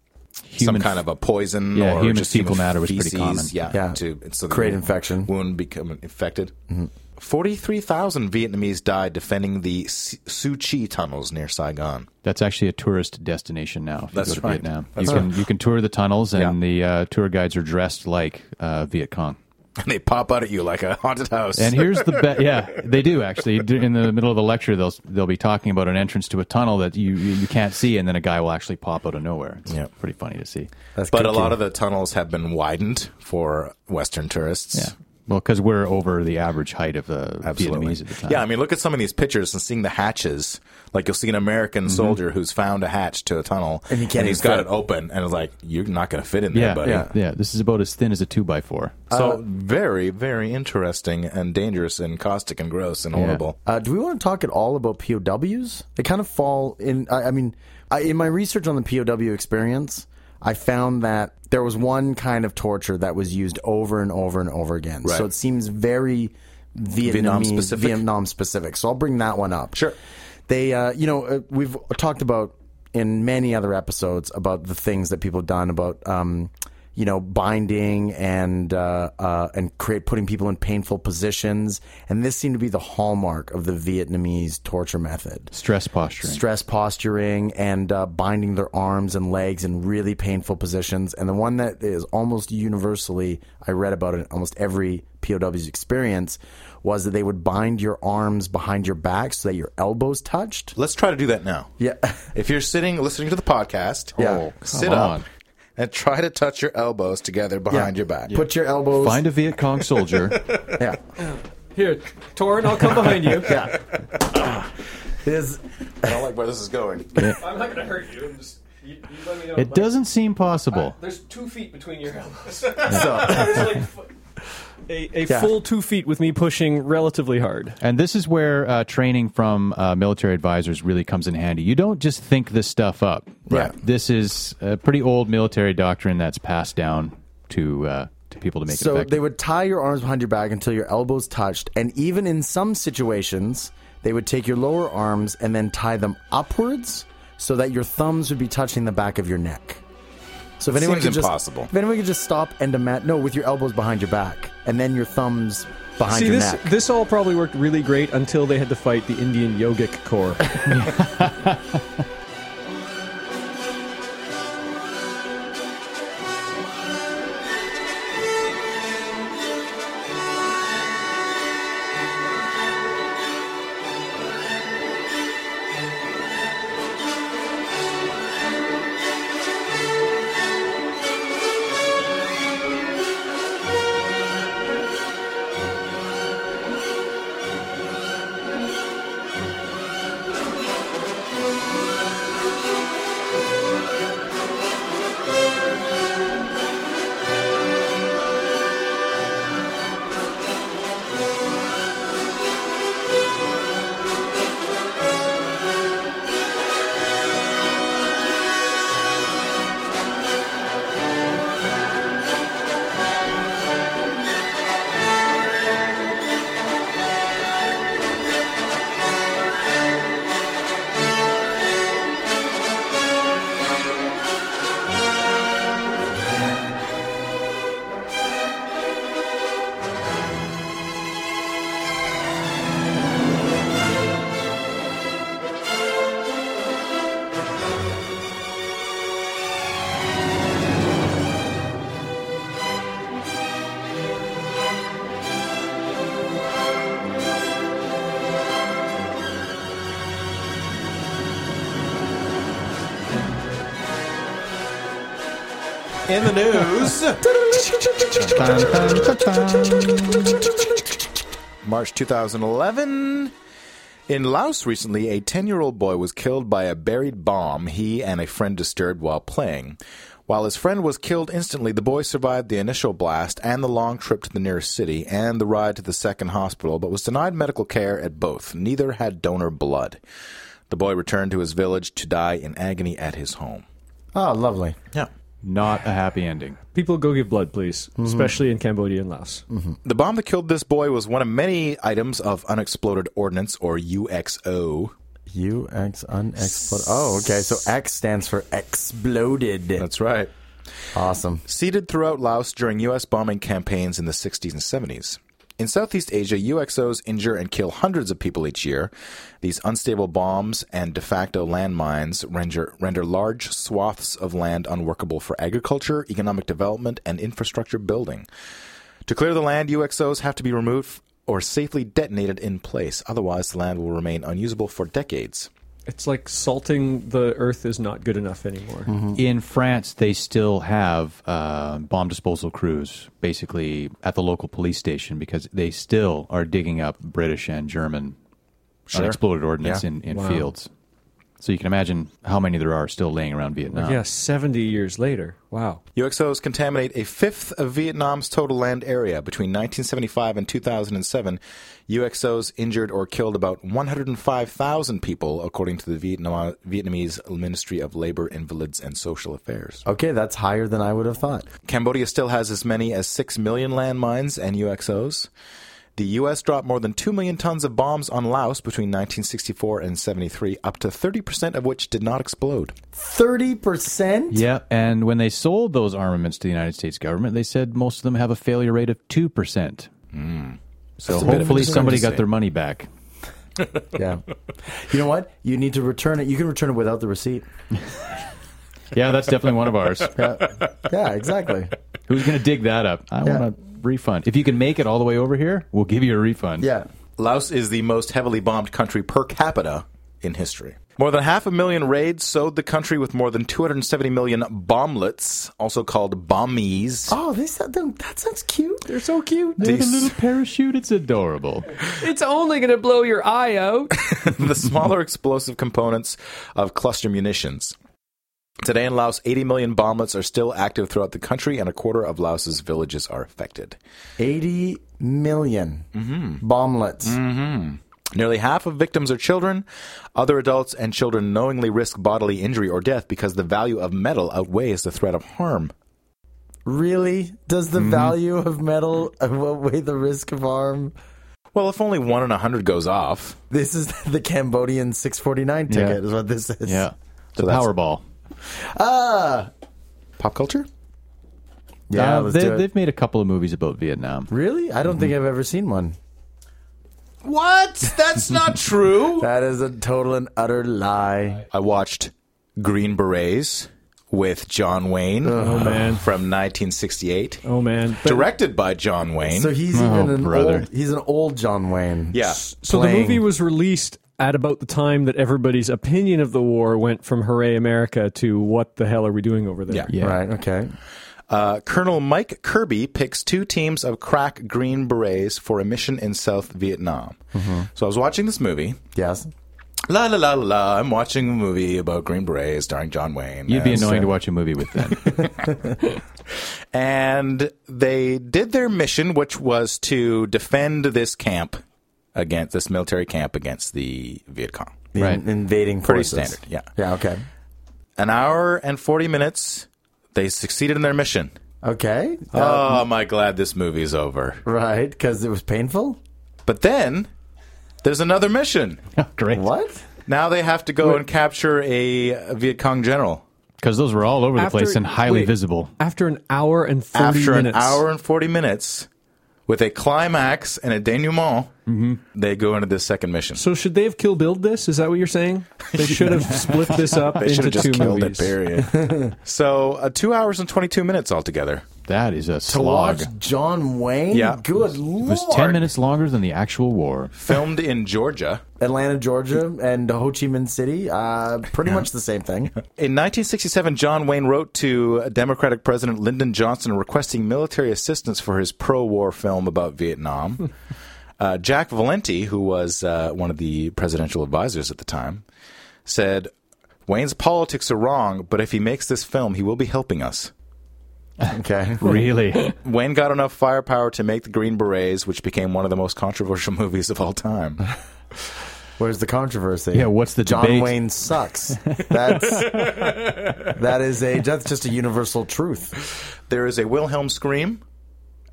Speaker 9: some
Speaker 5: Human
Speaker 9: kind of a poison
Speaker 5: Yeah,
Speaker 9: or
Speaker 5: human
Speaker 9: just
Speaker 5: fecal matter was pretty
Speaker 9: feces,
Speaker 5: common.
Speaker 9: Yeah,
Speaker 2: Yeah.
Speaker 9: to so
Speaker 2: Create
Speaker 9: the
Speaker 2: infection.
Speaker 9: wound become infected.
Speaker 5: Mm-hmm.
Speaker 9: Forty-three thousand Vietnamese died defending the S- Su Chi tunnels near Saigon.
Speaker 5: That's actually a tourist destination now. If you
Speaker 9: That's
Speaker 5: go to
Speaker 9: right.
Speaker 5: Vietnam,
Speaker 9: That's
Speaker 5: you can you can tour the tunnels, and the uh, tour guides are dressed like uh, Viet Cong.
Speaker 9: And they pop out at you like a haunted house.
Speaker 5: And here's the be- yeah, they do actually. D- In the middle of a lecture, they'll they'll be talking about an entrance to a tunnel that you you you can't see, and then a guy will actually pop out of nowhere. It's
Speaker 9: Yeah.
Speaker 5: pretty funny to see.
Speaker 2: That's
Speaker 9: but a lot of the tunnels have been widened for Western tourists.
Speaker 5: Yeah, well, because we're over the average height of the
Speaker 9: Absolutely.
Speaker 5: Vietnamese at the time.
Speaker 9: Yeah, I mean, look at some of these pictures and seeing the hatches. Like, you'll see an American
Speaker 5: Mm-hmm.
Speaker 9: soldier who's found a hatch to a tunnel,
Speaker 2: And he can't
Speaker 9: he's
Speaker 2: even
Speaker 9: got
Speaker 2: fit.
Speaker 9: it open, and it's like, you're not going to fit in there,
Speaker 5: yeah,
Speaker 9: buddy.
Speaker 5: yeah, yeah. This is about as thin as a two by four.
Speaker 9: So, very, very interesting and dangerous and caustic and gross and horrible.
Speaker 2: Uh, do we want to talk at all about POWs? They kind of fall in. I, I mean, I, in my research on the POW experience, I found that there was one kind of torture that was used over and over and over again. So it seems very Vietnamese, Vietnam
Speaker 9: specific?
Speaker 2: specific. So I'll bring that one up.
Speaker 9: Sure.
Speaker 2: They, uh, you know, uh, we've talked about in many other episodes about the things that people have done about, um, you know, binding and uh, uh, and create putting people in painful positions, and this seemed to be the hallmark of the Vietnamese torture method.
Speaker 5: Stress posturing.
Speaker 2: Stress posturing and uh, binding their arms and legs in really painful positions. And the one that is almost universally, I read about it in almost every POW's experience, was that they would bind your arms behind your back so that your elbows touched.
Speaker 9: Let's try to do that now.
Speaker 2: Yeah.
Speaker 9: If you're sitting, listening to the podcast, Oh,
Speaker 2: Yeah.
Speaker 5: come
Speaker 9: sit up
Speaker 5: on.
Speaker 9: and try to touch your elbows together behind your back.
Speaker 2: Put your elbows.
Speaker 5: Find a Viet Cong soldier.
Speaker 2: Yeah.
Speaker 6: Here, Torin, I'll come behind you.
Speaker 2: Yeah. Is
Speaker 9: I don't like where this is going.
Speaker 6: I'm not going to hurt you. I'm just, you, you let me know.
Speaker 5: It doesn't seem possible.
Speaker 6: There's two feet between your elbows.
Speaker 2: so.
Speaker 6: a a
Speaker 2: Yeah.
Speaker 6: full two feet with me pushing relatively hard.
Speaker 5: And this is where uh, training from uh, military advisors really comes in handy. You don't just think this stuff up.
Speaker 9: Right.
Speaker 5: This is a pretty old military doctrine that's passed down to uh, to people to make it
Speaker 2: So
Speaker 5: effective.
Speaker 2: they would tie your arms behind your back until your elbows touched, and even in some situations, they would take your lower arms and then tie them upwards so that your thumbs would be touching the back of your neck. So if anyone
Speaker 9: Seems
Speaker 2: could
Speaker 9: impossible.
Speaker 2: just if anyone could just stop and demand no with your elbows behind your back and then your thumbs behind
Speaker 6: See,
Speaker 2: your
Speaker 6: this
Speaker 2: neck.
Speaker 6: this all probably worked really great until they had to fight the Indian yogic corps.
Speaker 10: in the news.
Speaker 9: March 2011. In Laos recently, a 10 year old boy was killed by a buried bomb he and a friend disturbed while playing. While his friend was killed instantly, the boy survived the initial blast and the long trip to the nearest city and the ride to the second hospital, but was denied medical care at both. Neither had donor blood. The boy returned to his village to die in agony at his home.
Speaker 2: Oh, lovely.
Speaker 9: Yeah.
Speaker 5: Not a happy ending.
Speaker 6: People go give blood, please,
Speaker 2: Mm-hmm.
Speaker 6: especially in Cambodia and Laos.
Speaker 9: The bomb that killed this boy was one of many items of unexploded ordnance, or UXO.
Speaker 2: UX unexploded. Oh, okay. So X stands for exploded.
Speaker 9: That's right.
Speaker 2: Awesome.
Speaker 9: Seeded throughout Laos during U.S. bombing campaigns in the 60s and 70s. In Southeast Asia, UXOs injure and kill hundreds of people each year. These unstable bombs and de facto landmines render, render large swaths of land unworkable for agriculture, economic development, and infrastructure building. To clear the land, UXOs have to be removed or safely detonated in place. Otherwise, the land will remain unusable for decades.
Speaker 6: It's like salting the earth is not good enough anymore.
Speaker 2: Mm-hmm.
Speaker 5: In France, they still have uh, bomb disposal crews basically at the local police station because they still are digging up British and German unexploded ordnance
Speaker 9: Yeah.
Speaker 5: in, in fields. So you can imagine how many there are still laying around Vietnam.
Speaker 6: Yeah, 70 years later. Wow.
Speaker 9: UXOs contaminate a fifth of Vietnam's total land area. Between 1975 and 2007, UXOs injured or killed about 105,000 people, according to the Vietnam- Vietnamese Ministry of Labor, Invalids, and Social Affairs.
Speaker 2: Okay, that's higher than I would have thought.
Speaker 9: Cambodia still has as many as 6 million landmines and UXOs. The U.S. dropped more than 2 million tons of bombs on Laos between 1964 and 73, up to 30% of which did not explode.
Speaker 2: 30%?
Speaker 5: Yeah, and when they sold those armaments to the United States government, they said most of them have a failure rate of 2%. So
Speaker 9: That's a bit of a
Speaker 5: hopefully somebody got
Speaker 9: discrepancy.
Speaker 5: their money back.
Speaker 2: Yeah. You know what? You need to return it. You can return it without the receipt.
Speaker 5: Yeah, that's definitely one of ours.
Speaker 2: Yeah, exactly.
Speaker 5: Who's going to dig that up? I
Speaker 2: Yeah.
Speaker 5: want a refund. If you can make it all the way over here, we'll give you a refund.
Speaker 2: Yeah.
Speaker 9: Laos is the most heavily bombed country per capita in history. More than half a million raids sowed the country with more than 270 million bomblets, also called bombies.
Speaker 2: Oh, they sound, that sounds cute. They're so cute.
Speaker 5: They have a
Speaker 9: These-
Speaker 5: little parachute. It's adorable.
Speaker 6: It's only going to blow your eye out.
Speaker 9: the smaller explosive components of cluster munitions. Today in Laos, 80 million bomblets are still active throughout the country, and a quarter of Laos's villages are affected.
Speaker 2: 80 million bomblets.
Speaker 9: Nearly half of victims are children. Other adults and children knowingly risk bodily injury or death because the value of metal outweighs the threat of harm.
Speaker 2: Really? Does
Speaker 5: Mm-hmm.
Speaker 2: the value of metal outweigh the risk of harm?
Speaker 9: Well, if only one in a hundred goes off,
Speaker 2: This is the Cambodian 649 ticket, is what this is.
Speaker 5: Yeah. The
Speaker 9: So that's-
Speaker 5: Powerball.
Speaker 2: Ah!
Speaker 9: pop culture.
Speaker 2: Yeah,
Speaker 5: Uh,
Speaker 2: let's
Speaker 5: they, Mm-hmm.
Speaker 2: do it.
Speaker 5: They've made a couple of movies about Vietnam.
Speaker 2: Really? I don't think I've ever seen one.
Speaker 9: What? That's not true.
Speaker 2: That is a total and utter lie.
Speaker 9: I watched Green Berets with John Wayne from 1968,
Speaker 6: Oh, man. But-
Speaker 9: directed by John Wayne.
Speaker 2: So he's
Speaker 5: Oh,
Speaker 2: even an
Speaker 5: brother.
Speaker 2: old. He's an old John Wayne.
Speaker 9: yeah,
Speaker 6: so the movie was released at about the time that everybody's opinion of the war went from hooray America to what the hell are we doing over there?
Speaker 9: Yeah.
Speaker 5: Yeah.
Speaker 2: Right. Okay.
Speaker 9: uh, Colonel Mike Kirby picks two teams of crack Green Berets for a mission in South Vietnam. So I was watching this movie.
Speaker 2: Yes.
Speaker 9: La la la la la. I'm watching a movie about Green Berets starring John Wayne.
Speaker 5: You'd be
Speaker 9: Yes.
Speaker 5: annoying to watch a movie with that.
Speaker 9: and they did their mission, which was to defend this camp against this military camp against the Viet Cong.
Speaker 2: The
Speaker 5: Right.
Speaker 2: in- invading
Speaker 9: Pretty
Speaker 2: forces.
Speaker 9: standard, yeah.
Speaker 2: Yeah. Okay.
Speaker 9: An hour and forty minutes, they succeeded in their mission.
Speaker 2: Okay.
Speaker 5: Uh,
Speaker 9: oh, am I glad this movie's over?
Speaker 2: Right. Because it was painful.
Speaker 9: But then there's another mission.
Speaker 5: Great.
Speaker 2: What?
Speaker 9: Now they have to go and capture a Viet Cong general.
Speaker 5: Because those were all over the
Speaker 6: After-
Speaker 5: place and highly
Speaker 6: wait.
Speaker 5: visible.
Speaker 6: After an hour and 40
Speaker 9: After
Speaker 6: minutes.
Speaker 9: an hour and forty minutes, with a climax and a denouement, they go into this second mission.
Speaker 6: So should they have kill build this? Is that what you're saying? They should have split this up
Speaker 9: They should
Speaker 6: into
Speaker 9: have just
Speaker 6: two
Speaker 9: killed
Speaker 6: movies.
Speaker 9: it. Period. so uh, two hours and twenty-two minutes altogether.
Speaker 5: That is a
Speaker 2: To
Speaker 5: slog.
Speaker 2: watch John Wayne?
Speaker 9: Yeah.
Speaker 2: Good
Speaker 5: It
Speaker 2: lord.
Speaker 5: was 10 minutes longer than the actual war.
Speaker 9: Filmed in Georgia.
Speaker 2: Atlanta, Georgia, and Ho Chi Minh City. Uh, pretty much the same thing.
Speaker 9: In 1967, John Wayne wrote to Democratic President Lyndon Johnson requesting military assistance for his pro war film about Vietnam. uh, Jack Valenti, who was uh, one of the presidential advisors at the time, said, Wayne's politics are wrong, but if he makes this film, he will be helping us.
Speaker 2: Okay.
Speaker 5: Really?
Speaker 9: Wayne got enough firepower to make The Green Berets, which became one of the most controversial movies of all time.
Speaker 2: Where's the controversy?
Speaker 5: Yeah, what's the
Speaker 2: John
Speaker 5: debate?
Speaker 2: Wayne sucks. That's that is a that's just a universal truth.
Speaker 9: There is a Wilhelm scream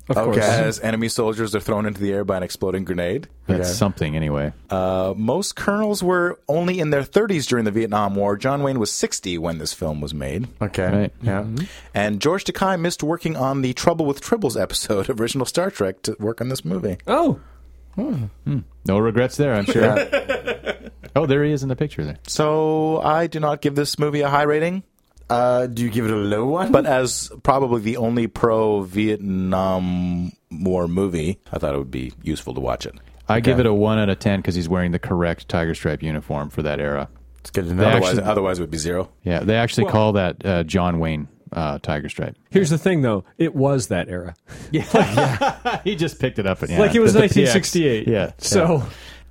Speaker 2: okay.
Speaker 9: as enemy soldiers are thrown into the air by an exploding grenade.
Speaker 5: That's
Speaker 2: Yeah.
Speaker 5: something, anyway.
Speaker 9: Most colonels were only in their 30s during the Vietnam War. John Wayne was 60 when this film was made.
Speaker 2: Okay.
Speaker 5: Right.
Speaker 2: Yeah.
Speaker 9: And George Takei missed working on the Trouble with Tribbles episode of original Star Trek to work on this movie.
Speaker 6: Oh,
Speaker 5: No regrets there, I'm sure. Oh, there he is in the picture there.
Speaker 9: So I do not give this movie a high rating,
Speaker 2: Uh, do you give it a low one?
Speaker 9: but as probably the only pro Vietnam War movie, I thought it would be useful to watch it.
Speaker 5: I give it a 1 out of 10 because he's wearing the correct Tiger Stripe uniform for that era.
Speaker 2: it's good to
Speaker 5: They
Speaker 2: know.
Speaker 5: actually-
Speaker 9: Otherwise, otherwise it would be zero.
Speaker 5: Yeah, they actually call that uh, John Wayne uh, Tiger Stripe.
Speaker 6: here's the thing though. It was that era.
Speaker 5: He just picked it up and
Speaker 6: Like it was 1968.
Speaker 5: Yeah.
Speaker 6: So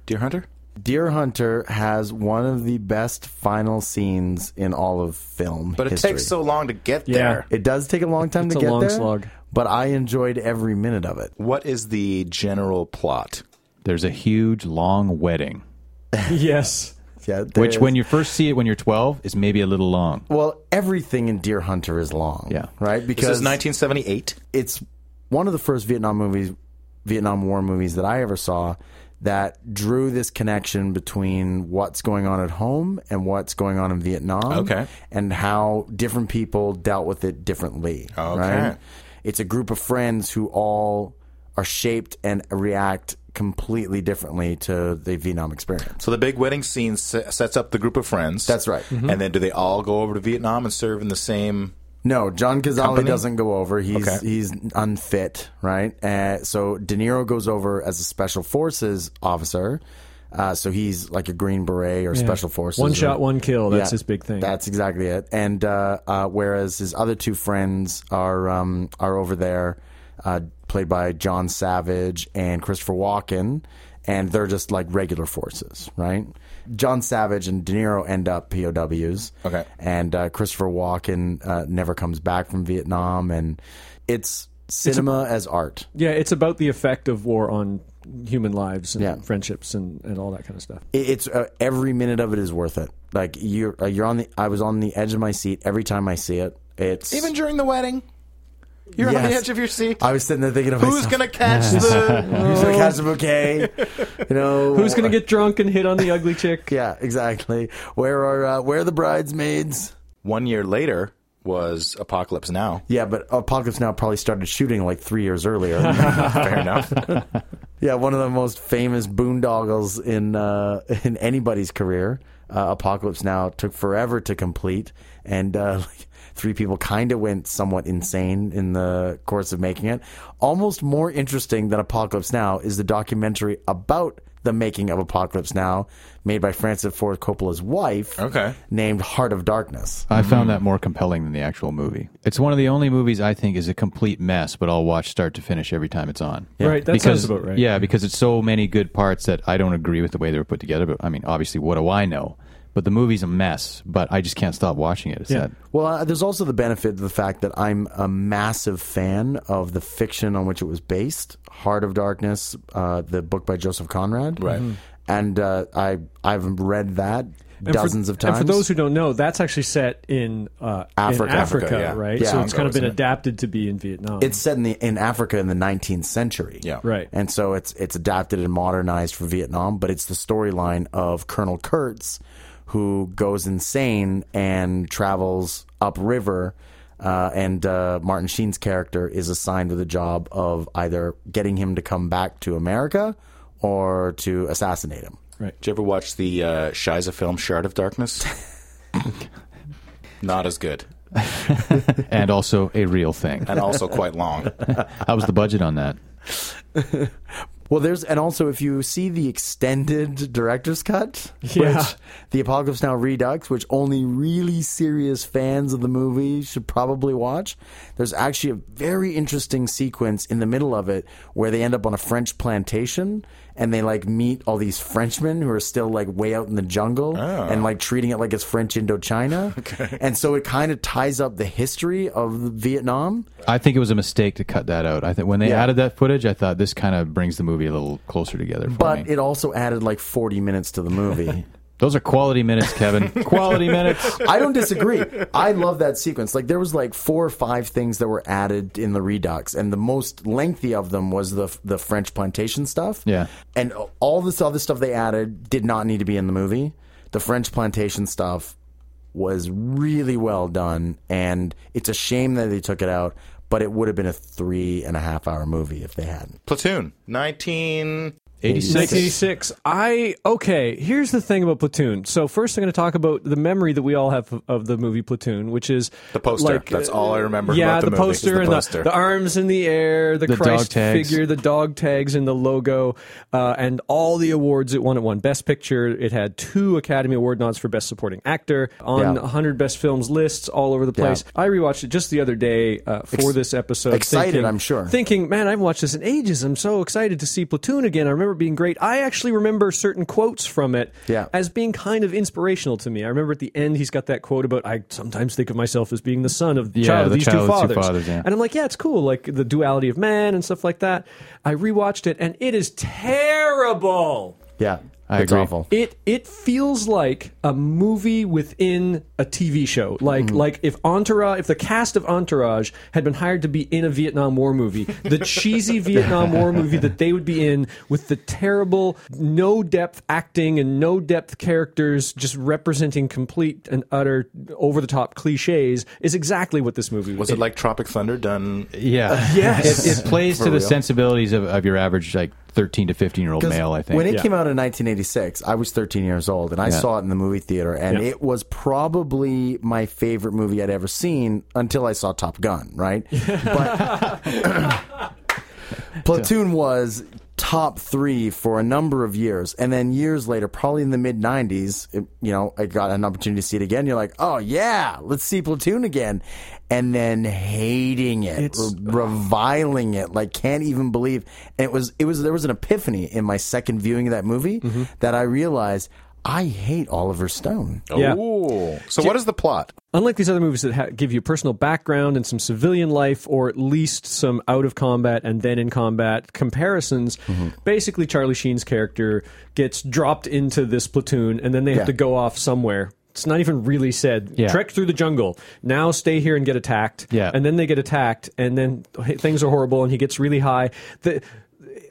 Speaker 9: Deer Hunter?
Speaker 2: Deer Hunter has one of the best final scenes in all of film.
Speaker 9: But it
Speaker 2: history.
Speaker 9: takes so long to get
Speaker 6: Yeah.
Speaker 9: there.
Speaker 2: It does take a long time
Speaker 6: It's
Speaker 2: to
Speaker 6: a
Speaker 2: get
Speaker 6: long
Speaker 2: there.
Speaker 6: slog.
Speaker 2: But I enjoyed every minute of it.
Speaker 9: What is the general plot?
Speaker 5: There's a huge, long wedding,
Speaker 6: yes,
Speaker 2: Yeah,
Speaker 5: which when
Speaker 2: you
Speaker 5: you first see it when you're 12 is maybe a little long.
Speaker 2: well, everything in Deer Hunter is long.
Speaker 5: Yeah.
Speaker 2: right.
Speaker 9: This
Speaker 2: Because
Speaker 9: is 1978.
Speaker 2: it's one of the first Vietnam movies, Vietnam War movies that I ever saw that drew this connection between what's going on at home and what's going on in Vietnam.
Speaker 9: Okay.
Speaker 2: And how different people dealt with it differently.
Speaker 9: Okay.
Speaker 2: Right? It's a group of friends who all are shaped and react completely differently to the Vietnam experience.
Speaker 9: So the big wedding scene se- sets up the group of friends.
Speaker 2: That's right.
Speaker 9: And then do they all go over to Vietnam and serve in the same?
Speaker 2: No, John Cazale
Speaker 9: Company?
Speaker 2: doesn't go over. He's
Speaker 9: Okay.
Speaker 2: he's unfit, right? Uh, so De Niro goes over as a special forces officer. Uh, so he's like a Green Beret or special forces.
Speaker 6: One
Speaker 2: or-
Speaker 6: shot, one kill. That's his big thing.
Speaker 2: That's exactly it. And uh, uh, whereas his other two friends are um, are over there, uh, played by John Savage and Christopher Walken, and they're just like regular forces, right? John Savage and De Niro end up POWs.
Speaker 9: Okay.
Speaker 2: And uh, Christopher Walken uh, never comes back from Vietnam, and it's cinema as art.
Speaker 6: yeah, it's about the effect of war on human lives and
Speaker 2: Yeah.
Speaker 6: friendships and, and all that kind of stuff.
Speaker 2: it, it's uh, every minute of it is worth it. Like you're uh, you're on the I was on the edge of my seat every time I see it. It's
Speaker 9: Even during the wedding, you're on the
Speaker 2: Yes.
Speaker 9: edge of your seat.
Speaker 2: I was sitting there thinking of
Speaker 9: Who's Oh.
Speaker 2: myself,
Speaker 9: gonna catch the?
Speaker 2: who's gonna catch the bouquet? You know
Speaker 6: Who's gonna get drunk and hit on the ugly chick?
Speaker 2: uh, Yeah, exactly. Where are uh, where are the bridesmaids?
Speaker 9: One year later was Apocalypse Now.
Speaker 2: Yeah, but Apocalypse Now probably started shooting like three years earlier.
Speaker 9: Fair enough.
Speaker 2: Yeah, one of the most famous boondoggles in uh, in anybody's career. Uh, Apocalypse Now took forever to complete, and uh, like, three people kind of went somewhat insane in the course of making it. Almost more interesting than Apocalypse Now is the documentary about the making of Apocalypse Now, made by Francis Ford Coppola's wife,
Speaker 9: Okay.
Speaker 2: named Heart of Darkness.
Speaker 5: I
Speaker 6: Mm-hmm.
Speaker 5: found that more compelling than the actual movie. It's one of the only movies I think is a complete mess, but I'll watch start to finish every time it's on.
Speaker 6: Right, that
Speaker 5: because,
Speaker 6: sounds about right.
Speaker 5: Yeah, because it's so many good parts that I don't agree with the way they were put together. But I mean, obviously, what do I know? But the movie's a mess, but I just can't stop watching it. It's
Speaker 6: Yeah.
Speaker 5: that
Speaker 2: Well, uh, there's also the benefit of the fact that I'm a massive fan of the fiction on which it was based, Heart of Darkness, uh, the book by Joseph Conrad.
Speaker 9: Right. Mhm.
Speaker 2: And uh, I I've read that
Speaker 6: And for-
Speaker 2: dozens of times.
Speaker 6: And for those who don't know, that's actually set in uh,
Speaker 2: Africa.
Speaker 6: in Africa,
Speaker 9: Africa, yeah.
Speaker 6: right?
Speaker 2: Yeah.
Speaker 6: so it's kind of
Speaker 9: Congo,
Speaker 6: been
Speaker 9: isn't it?
Speaker 6: adapted to be in Vietnam.
Speaker 2: it's set in the in Africa in the 19th century.
Speaker 9: Yeah.
Speaker 6: right.
Speaker 2: And so it's it's adapted and modernized for Vietnam, but it's the storyline of Colonel Kurtz, who goes insane and travels upriver. Uh, and uh, Martin Sheen's character is assigned with the job of either getting him to come back to America or to assassinate him.
Speaker 9: Did you ever watch the uh, Shiza film Shard of Darkness? Not as good.
Speaker 5: and also a real thing.
Speaker 9: and also quite long.
Speaker 5: How was the budget on that?
Speaker 2: Well, there's and also if you see the extended director's cut,
Speaker 6: Yeah.
Speaker 2: which the Apocalypse Now Redux, which only really serious fans of the movie should probably watch, there's actually a very interesting sequence in the middle of it where they end up on a French plantation and they like meet all these Frenchmen who are still like way out in the jungle and like treating it like it's French Indochina. Okay. And so it kind of ties up the history of Vietnam.
Speaker 5: I think it was a mistake to cut that out. I think when they
Speaker 2: Yeah.
Speaker 5: added that footage, I thought this kind of brings the movie a little closer together. For
Speaker 2: But
Speaker 5: me.
Speaker 2: it also added like 40 minutes to the movie.
Speaker 5: those are quality minutes, Kevin. quality minutes.
Speaker 2: I don't disagree. I love that sequence. Like there was like four or five things that were added in the Redux, and the most lengthy of them was the the French plantation stuff.
Speaker 5: Yeah.
Speaker 2: and all this other stuff they added did not need to be in the movie. The French plantation stuff was really well done, and it's a shame that they took it out. But it would have been a three and a half hour movie if they hadn't.
Speaker 9: Platoon, 19.
Speaker 5: 86.
Speaker 6: 1986. I okay. Here's the thing about Platoon. So first, I'm going to talk about the memory that we all have of, of the movie Platoon, which is
Speaker 9: The poster. That's all I remember
Speaker 6: Yeah,
Speaker 9: about the
Speaker 6: the,
Speaker 9: movie, is
Speaker 6: poster
Speaker 9: the
Speaker 6: and
Speaker 9: poster.
Speaker 6: The, arms in the air, the,
Speaker 5: The dog
Speaker 6: Christ
Speaker 5: tags.
Speaker 6: figure, the dog tags, and the logo, uh, and all the awards it won. It won Best Picture. It had two Academy Award nods for Best Supporting Actor on
Speaker 2: Yeah.
Speaker 6: 100 Best Films lists all over the place. I rewatched it just the other day uh, for this episode.
Speaker 2: excited,
Speaker 6: thinking-
Speaker 2: I'm sure.
Speaker 6: Thinking, man, I've watched this in ages. I'm so excited to see Platoon again. I remember it being great. I actually remember certain quotes from it
Speaker 2: Yeah.
Speaker 6: as being kind of inspirational to me. I remember at the end he's got that quote about I sometimes think of myself as being the son of the
Speaker 5: Yeah,
Speaker 6: child of
Speaker 5: the
Speaker 6: these
Speaker 5: child
Speaker 6: two
Speaker 5: of the
Speaker 6: fathers.
Speaker 5: two fathers, yeah.
Speaker 6: And I'm like, yeah, it's cool, like the duality of man and stuff like that. I rewatched it and it is terrible.
Speaker 2: Yeah,
Speaker 5: I
Speaker 2: it's
Speaker 5: agree.
Speaker 2: awful.
Speaker 6: It it feels like a movie within a TV show. Like
Speaker 9: Mm-hmm.
Speaker 6: like if Entourage, if the cast of Entourage had been hired to be in a Vietnam War movie, the cheesy Vietnam War movie that they would be in with the terrible, no depth acting and no depth characters, just representing complete and utter over the top cliches, is exactly what this movie
Speaker 9: Was it like Tropic Thunder done?
Speaker 5: Yeah.
Speaker 6: Yes.
Speaker 5: It, it plays to the sensibilities of, of your average like 13 to 15 year old
Speaker 2: 'Cause
Speaker 5: male, I think.
Speaker 2: When it came out in 1986, I was 13 years old, and I
Speaker 5: Yeah.
Speaker 2: saw it in the movie theater, and
Speaker 6: Yeah.
Speaker 2: it was probably my favorite movie I'd ever seen until I saw Top Gun, right? but Platoon was top three for a number of years, and then years later, probably in the mid 90s, it- you know, I got an opportunity to see it again. You're like, oh yeah, let's see Platoon again, and then hating it,
Speaker 6: It's-
Speaker 2: reviling it like can't even believe and it was it was there was an epiphany in my second viewing of that movie
Speaker 6: Mm-hmm.
Speaker 2: that i realized i hate oliver stone
Speaker 6: Yeah.
Speaker 9: Ooh. So what is the plot?
Speaker 6: Unlike these other movies that ha- give you personal background and some civilian life, or at least some out of combat and then in combat comparisons,
Speaker 5: Mm-hmm.
Speaker 6: basically Charlie Sheen's character gets dropped into this platoon and then they
Speaker 2: Yeah.
Speaker 6: have to go off somewhere. It's not even really said.
Speaker 5: Yeah.
Speaker 6: Trek through the jungle. Now stay here and get attacked.
Speaker 5: Yeah.
Speaker 6: And then they get attacked, and then h- things are horrible, and he gets really high. The,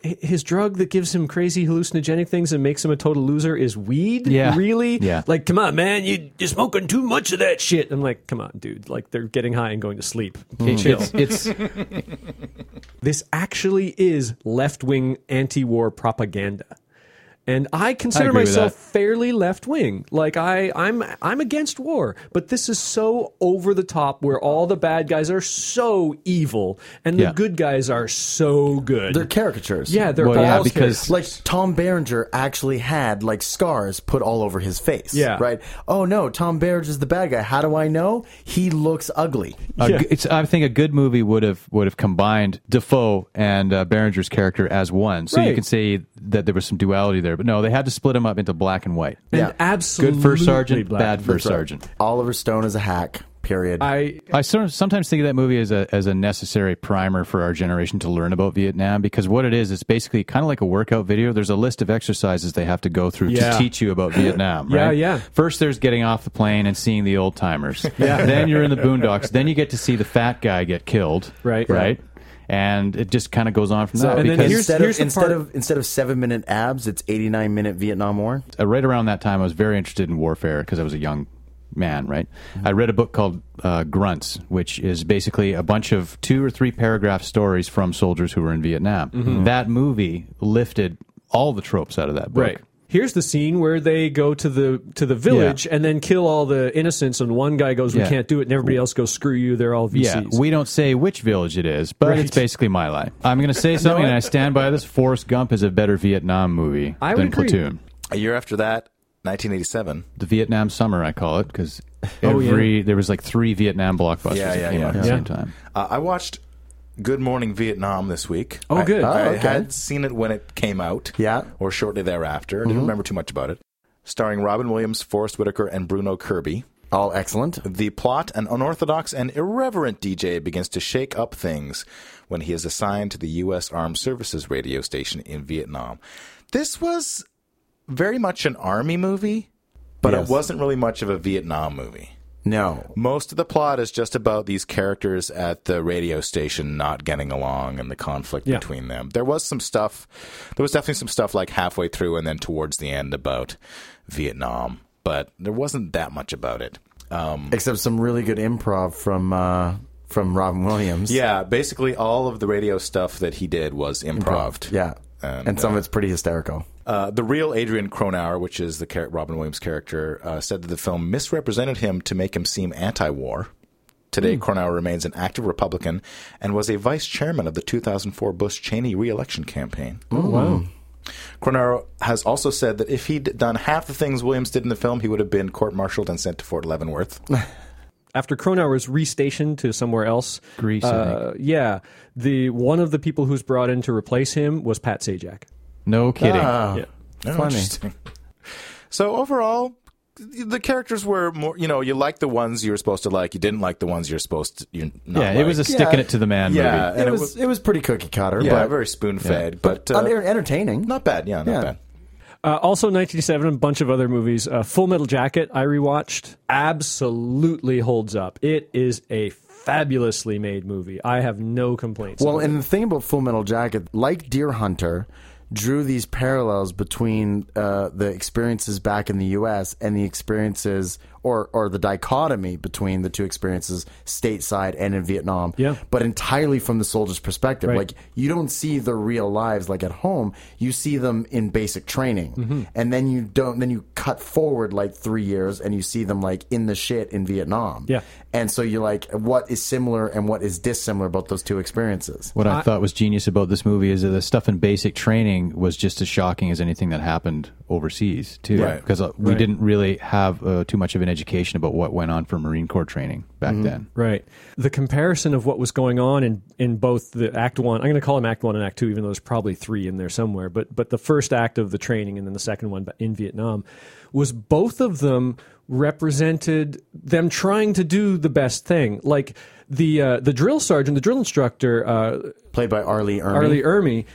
Speaker 6: h- his drug that gives him crazy hallucinogenic things and makes him a total loser is weed.
Speaker 5: Yeah.
Speaker 6: Really?
Speaker 5: Yeah.
Speaker 6: Like, come on, man, you, you're smoking too much of that shit. I'm like, come on, dude. Like, they're getting high and going to sleep. Chill.
Speaker 5: Mm-hmm. It's, it's
Speaker 6: This actually is left wing anti war propaganda. And I
Speaker 5: I
Speaker 6: consider
Speaker 5: agree with
Speaker 6: myself
Speaker 5: that.
Speaker 6: fairly left wing. Like I, I'm, I'm against war, but this is so over the top where all the bad guys are so evil and the
Speaker 5: Yeah.
Speaker 6: good guys are so good.
Speaker 2: they're caricatures
Speaker 6: yeah, they're
Speaker 5: Well,
Speaker 6: all
Speaker 5: yeah,
Speaker 6: char-
Speaker 5: because-
Speaker 2: like Tom Berenger actually had like scars put all over his face.
Speaker 6: Yeah.
Speaker 2: Right. Oh no, Tom Berenger's the bad guy. How do I know? He looks ugly.
Speaker 5: A g- it's. I think a good movie would have would have combined Defoe and uh, Behringer's character as one, so you
Speaker 6: Right.
Speaker 5: can say that there was some duality there. But no, they had to split them up into black and white.
Speaker 6: and
Speaker 2: yeah.
Speaker 6: absolutely
Speaker 5: Good first sergeant,
Speaker 6: black.
Speaker 5: bad first
Speaker 2: right.
Speaker 5: sergeant.
Speaker 2: Oliver Stone is a hack. Period.
Speaker 6: I
Speaker 5: I sort of sometimes think of that movie as a as a necessary primer for our generation to learn about Vietnam because what it is, it's basically kind of like a workout video. There's a list of exercises they have to go through
Speaker 6: Yeah.
Speaker 5: to teach you about Vietnam.
Speaker 6: Yeah,
Speaker 5: right?
Speaker 6: yeah.
Speaker 5: First, there's getting off the plane and seeing the old timers. yeah. Then you're in the boondocks. Then you get to see the fat guy get killed.
Speaker 6: Right.
Speaker 5: Right. And it just kind of goes on from that.
Speaker 6: and then
Speaker 5: because-
Speaker 6: here's-
Speaker 2: instead
Speaker 6: here's
Speaker 2: of
Speaker 6: the
Speaker 2: instead
Speaker 6: part-
Speaker 2: of instead of seven minute abs, it's eighty nine minute Vietnam War.
Speaker 5: uh, right around that time, I was very interested in warfare because I was a young man, right?
Speaker 6: Mm-hmm.
Speaker 5: I read a book called uh, Grunts, which is basically a bunch of two or three paragraph stories
Speaker 6: Mm-hmm.
Speaker 5: Mm-hmm. from soldiers who were in Vietnam. That movie lifted all the tropes out of that book.
Speaker 6: Right. here's the scene where they go to the to the village
Speaker 5: Yeah.
Speaker 6: and then kill all the innocents, and one guy goes, "We
Speaker 5: Yeah.
Speaker 6: can't do it," and everybody else goes, "Screw you! They're all VCs."
Speaker 5: Yeah, we don't say which village it is, but it's basically my lie. I'm going to say something, and I stand by this. Forrest Gump is a better Vietnam movie
Speaker 6: I would
Speaker 5: than
Speaker 6: agree.
Speaker 5: Platoon.
Speaker 9: A year after that, 1987.
Speaker 5: The Vietnam summer, I call it, because
Speaker 6: Oh, yeah.
Speaker 5: every there was like three Vietnam blockbusters
Speaker 9: Yeah, yeah,
Speaker 5: that came
Speaker 9: yeah.
Speaker 5: out at the
Speaker 6: Yeah.
Speaker 5: same time.
Speaker 9: Uh, I watched Good Morning Vietnam this week.
Speaker 6: Oh,
Speaker 9: I-
Speaker 6: good.
Speaker 9: I,
Speaker 2: Oh, okay.
Speaker 9: had seen it when it came out.
Speaker 2: Yeah. Mm-hmm.
Speaker 9: Or shortly thereafter. I didn't remember too much about it. Starring Robin Williams, Forrest Whitaker, and Bruno Kirby.
Speaker 2: All excellent.
Speaker 9: The plot an unorthodox and irreverent DJ begins to shake up things when he is assigned to the U.S. Armed Services radio station in Vietnam. This was very much an army movie, but
Speaker 2: Yes.
Speaker 9: it wasn't really much of a Vietnam movie.
Speaker 2: No.
Speaker 9: Most of the plot is just about these characters at the radio station not getting along and the conflict
Speaker 6: Yeah.
Speaker 9: between them. There was some stuff, there was definitely some stuff like halfway through and then towards the end about Vietnam, but there wasn't that much about it.
Speaker 2: Except some really good improv from uh, from Robin Williams.
Speaker 9: Yeah, basically all of the radio stuff that he did was improv.
Speaker 2: Yeah.
Speaker 9: And,
Speaker 2: And, some of
Speaker 9: uh,
Speaker 2: it's pretty hysterical.
Speaker 9: Uh, the real Adrian Cronauer, which is the char- Robin Williams character, uh, said that the film misrepresented him to make him seem anti-war. Today,
Speaker 5: Hmm.
Speaker 9: Cronauer remains an active Republican and was a vice chairman of the 2004 Bush Cheney reelection campaign.
Speaker 6: wow.
Speaker 9: Cronauer has also said that if he'd done half the things Williams did in the film, he would have been court-martialed and sent to Fort Leavenworth.
Speaker 6: after Cronauer was restationed to somewhere else,
Speaker 5: Greece, I
Speaker 6: Uh, yeah, the one of the people who's brought in to replace him was Pat Sajak.
Speaker 5: No kidding.
Speaker 2: Ah,
Speaker 6: Yeah.
Speaker 9: Oh,
Speaker 2: Funny.
Speaker 9: interesting. So overall, the characters were more. You know, you liked the ones you were supposed to like. You didn't like the ones you're supposed to. You're not
Speaker 5: yeah, it was a
Speaker 9: like.
Speaker 5: sticking it to the man
Speaker 9: yeah,
Speaker 5: movie.
Speaker 9: uh, and
Speaker 2: it, was, it was pretty cookie cutter,
Speaker 9: yeah,
Speaker 2: but,
Speaker 9: very spoon fed, but,
Speaker 2: un-
Speaker 9: uh,
Speaker 2: entertaining.
Speaker 9: not bad. Yeah, not
Speaker 2: Yeah.
Speaker 9: bad.
Speaker 6: Uh, also, 1987, a bunch of other movies. Uh, Full Metal Jacket, I rewatched. Absolutely holds up. It is a fabulously made movie. I have no complaints.
Speaker 2: Well,
Speaker 6: about it.
Speaker 2: and the thing about Full Metal Jacket, like Deer Hunter, drew these parallels between uh, the experiences back in the U.S. and the experiences, or or the dichotomy between the two experiences, stateside and in Vietnam.
Speaker 6: Yeah.
Speaker 2: But entirely from the soldier's perspective,
Speaker 6: Right.
Speaker 2: like you don't see their real lives like at home. You see them in basic training,
Speaker 6: Mm-hmm.
Speaker 2: and then you don't. Then you cut forward like three years, and you see them like in the shit in Vietnam.
Speaker 6: Yeah.
Speaker 2: And so you're like, what is similar and what is dissimilar about those two experiences?
Speaker 5: What I, thought was genius about this movie is that the stuff in basic training was just as shocking as anything that happened overseas too,
Speaker 9: Right.
Speaker 5: because uh, we didn't really have uh, too much of an education about what went on for Marine Corps training back
Speaker 9: Mm-hmm.
Speaker 5: then.
Speaker 6: Right. The comparison of what was going on in, in both the Act One, I'm going to call them Act One and Act Two, even though there's probably three in there somewhere. But but the first act of the training and then the second one in Vietnam was both of them represented them trying to do the best thing. Like the uh, the drill sergeant, the drill instructor, uh,
Speaker 2: Played by Arlie Ermey.
Speaker 6: Arlie Ermy,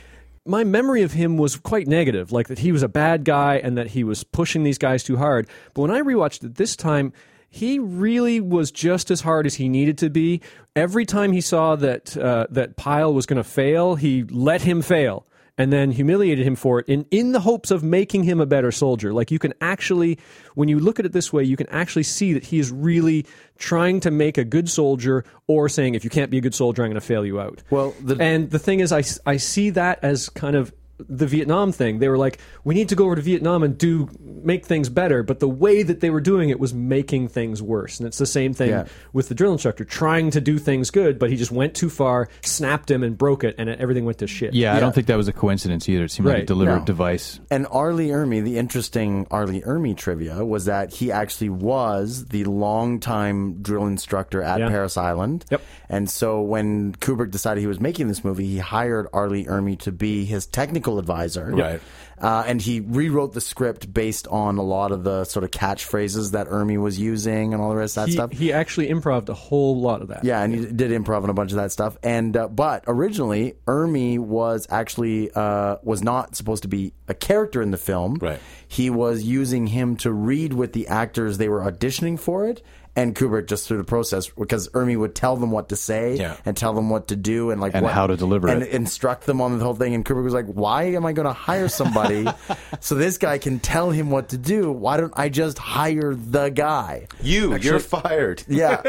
Speaker 6: my memory of him was quite negative, like that he was a bad guy and that he was pushing these guys too hard. But when I rewatched it this time, he really was just as hard as he needed to be. Every time he saw that uh, that Pyle was going to fail, he let him fail and then humiliated him for it in, in the hopes of making him a better soldier. Like you can actually, when you look at it this way, you can actually see that he is really trying to make a good soldier or saying, if you can't be a good soldier, I'm going to fail you out.
Speaker 2: Well, the-
Speaker 6: and the thing is, I, s- I see that as kind of the Vietnam thing. They were like, we need to go over to Vietnam and do make things better. But the way that they were doing it was making things worse. And it's the same thing
Speaker 2: Yeah.
Speaker 6: with the drill instructor trying to do things good, but he just went too far, snapped him, and broke it, and everything went to shit.
Speaker 5: Yeah, I
Speaker 2: Yeah.
Speaker 5: don't think that was a coincidence either. It seemed like a
Speaker 6: Right.
Speaker 5: deliberate
Speaker 2: No.
Speaker 5: device.
Speaker 2: And Arlie Ermey, the interesting Arlie Ermey trivia was that he actually was the longtime drill instructor at
Speaker 6: Yeah.
Speaker 2: Paris Island.
Speaker 6: Yep.
Speaker 2: And so when Kubrick decided he was making this movie, he hired Arlie Ermey to be his technical advisor.
Speaker 9: Right.
Speaker 2: Uh, and he rewrote the script based on a lot of the sort of catchphrases that Ermey was using and all the rest of that
Speaker 6: he,
Speaker 2: stuff.
Speaker 6: he actually improved a whole lot of that.
Speaker 2: Yeah, and he did improv and a bunch of that stuff. And uh, but originally, Ermy was actually uh, was not supposed to be a character in the film.
Speaker 9: Right.
Speaker 2: He was using him to read with the actors they were auditioning for it, and Kubrick just through the process because Ermi would tell them what to say
Speaker 9: Yeah.
Speaker 2: and tell them what to do and like
Speaker 5: And
Speaker 2: what-
Speaker 5: how to deliver
Speaker 2: and
Speaker 5: it.
Speaker 2: instruct them on the whole thing. And Kubrick was like, "Why am I going to hire somebody so this guy can tell him what to do? Why don't I just hire the guy?"
Speaker 9: You, you're fired.
Speaker 2: Yeah,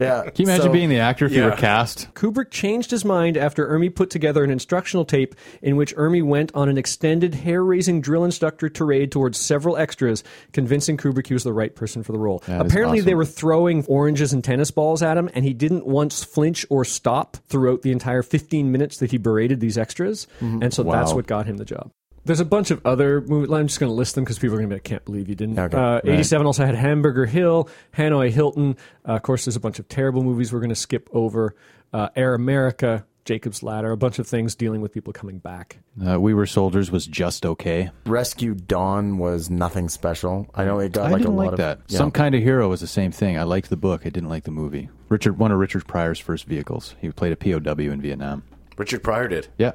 Speaker 2: yeah.
Speaker 5: Can you imagine
Speaker 2: So-
Speaker 5: being the actor if you were cast?
Speaker 6: Kubrick changed his mind after Ermi put together an instructional tape in which Ermi went on an extended hair raising drill instructor tirade towards several extras, convincing Kubrick he was the right person for the role.
Speaker 5: That is
Speaker 6: Apparently, they
Speaker 5: awesome.
Speaker 6: were throwing oranges and tennis balls at him, and he didn't once flinch or stop throughout the entire 15 minutes that he berated these extras. And so that's
Speaker 5: Mm-hmm. Wow.
Speaker 6: what got him the job. There's a bunch of other movies. I'm just going to list them because people are going to be like, can't believe you didn't.
Speaker 2: Okay.
Speaker 6: Uh, 87 also had Hamburger Hill, Hanoi Hilton. Uh, of course, there's a bunch of terrible movies we're going to skip over. Uh, Air America, Jacob's Ladder, a bunch of things dealing with people coming back.
Speaker 5: Uh, we Were Soldiers was just okay.
Speaker 2: Rescue Dawn was nothing special. I know it got
Speaker 5: I
Speaker 2: like
Speaker 5: didn't
Speaker 2: a lot
Speaker 5: like
Speaker 2: of
Speaker 5: that.
Speaker 2: Yeah.
Speaker 5: Some Kind of Hero was the same thing. I liked the book. I didn't like the movie. Richard, one of Richard Pryor's first vehicles. He played a POW in Vietnam.
Speaker 9: Richard Pryor did.
Speaker 5: Yeah.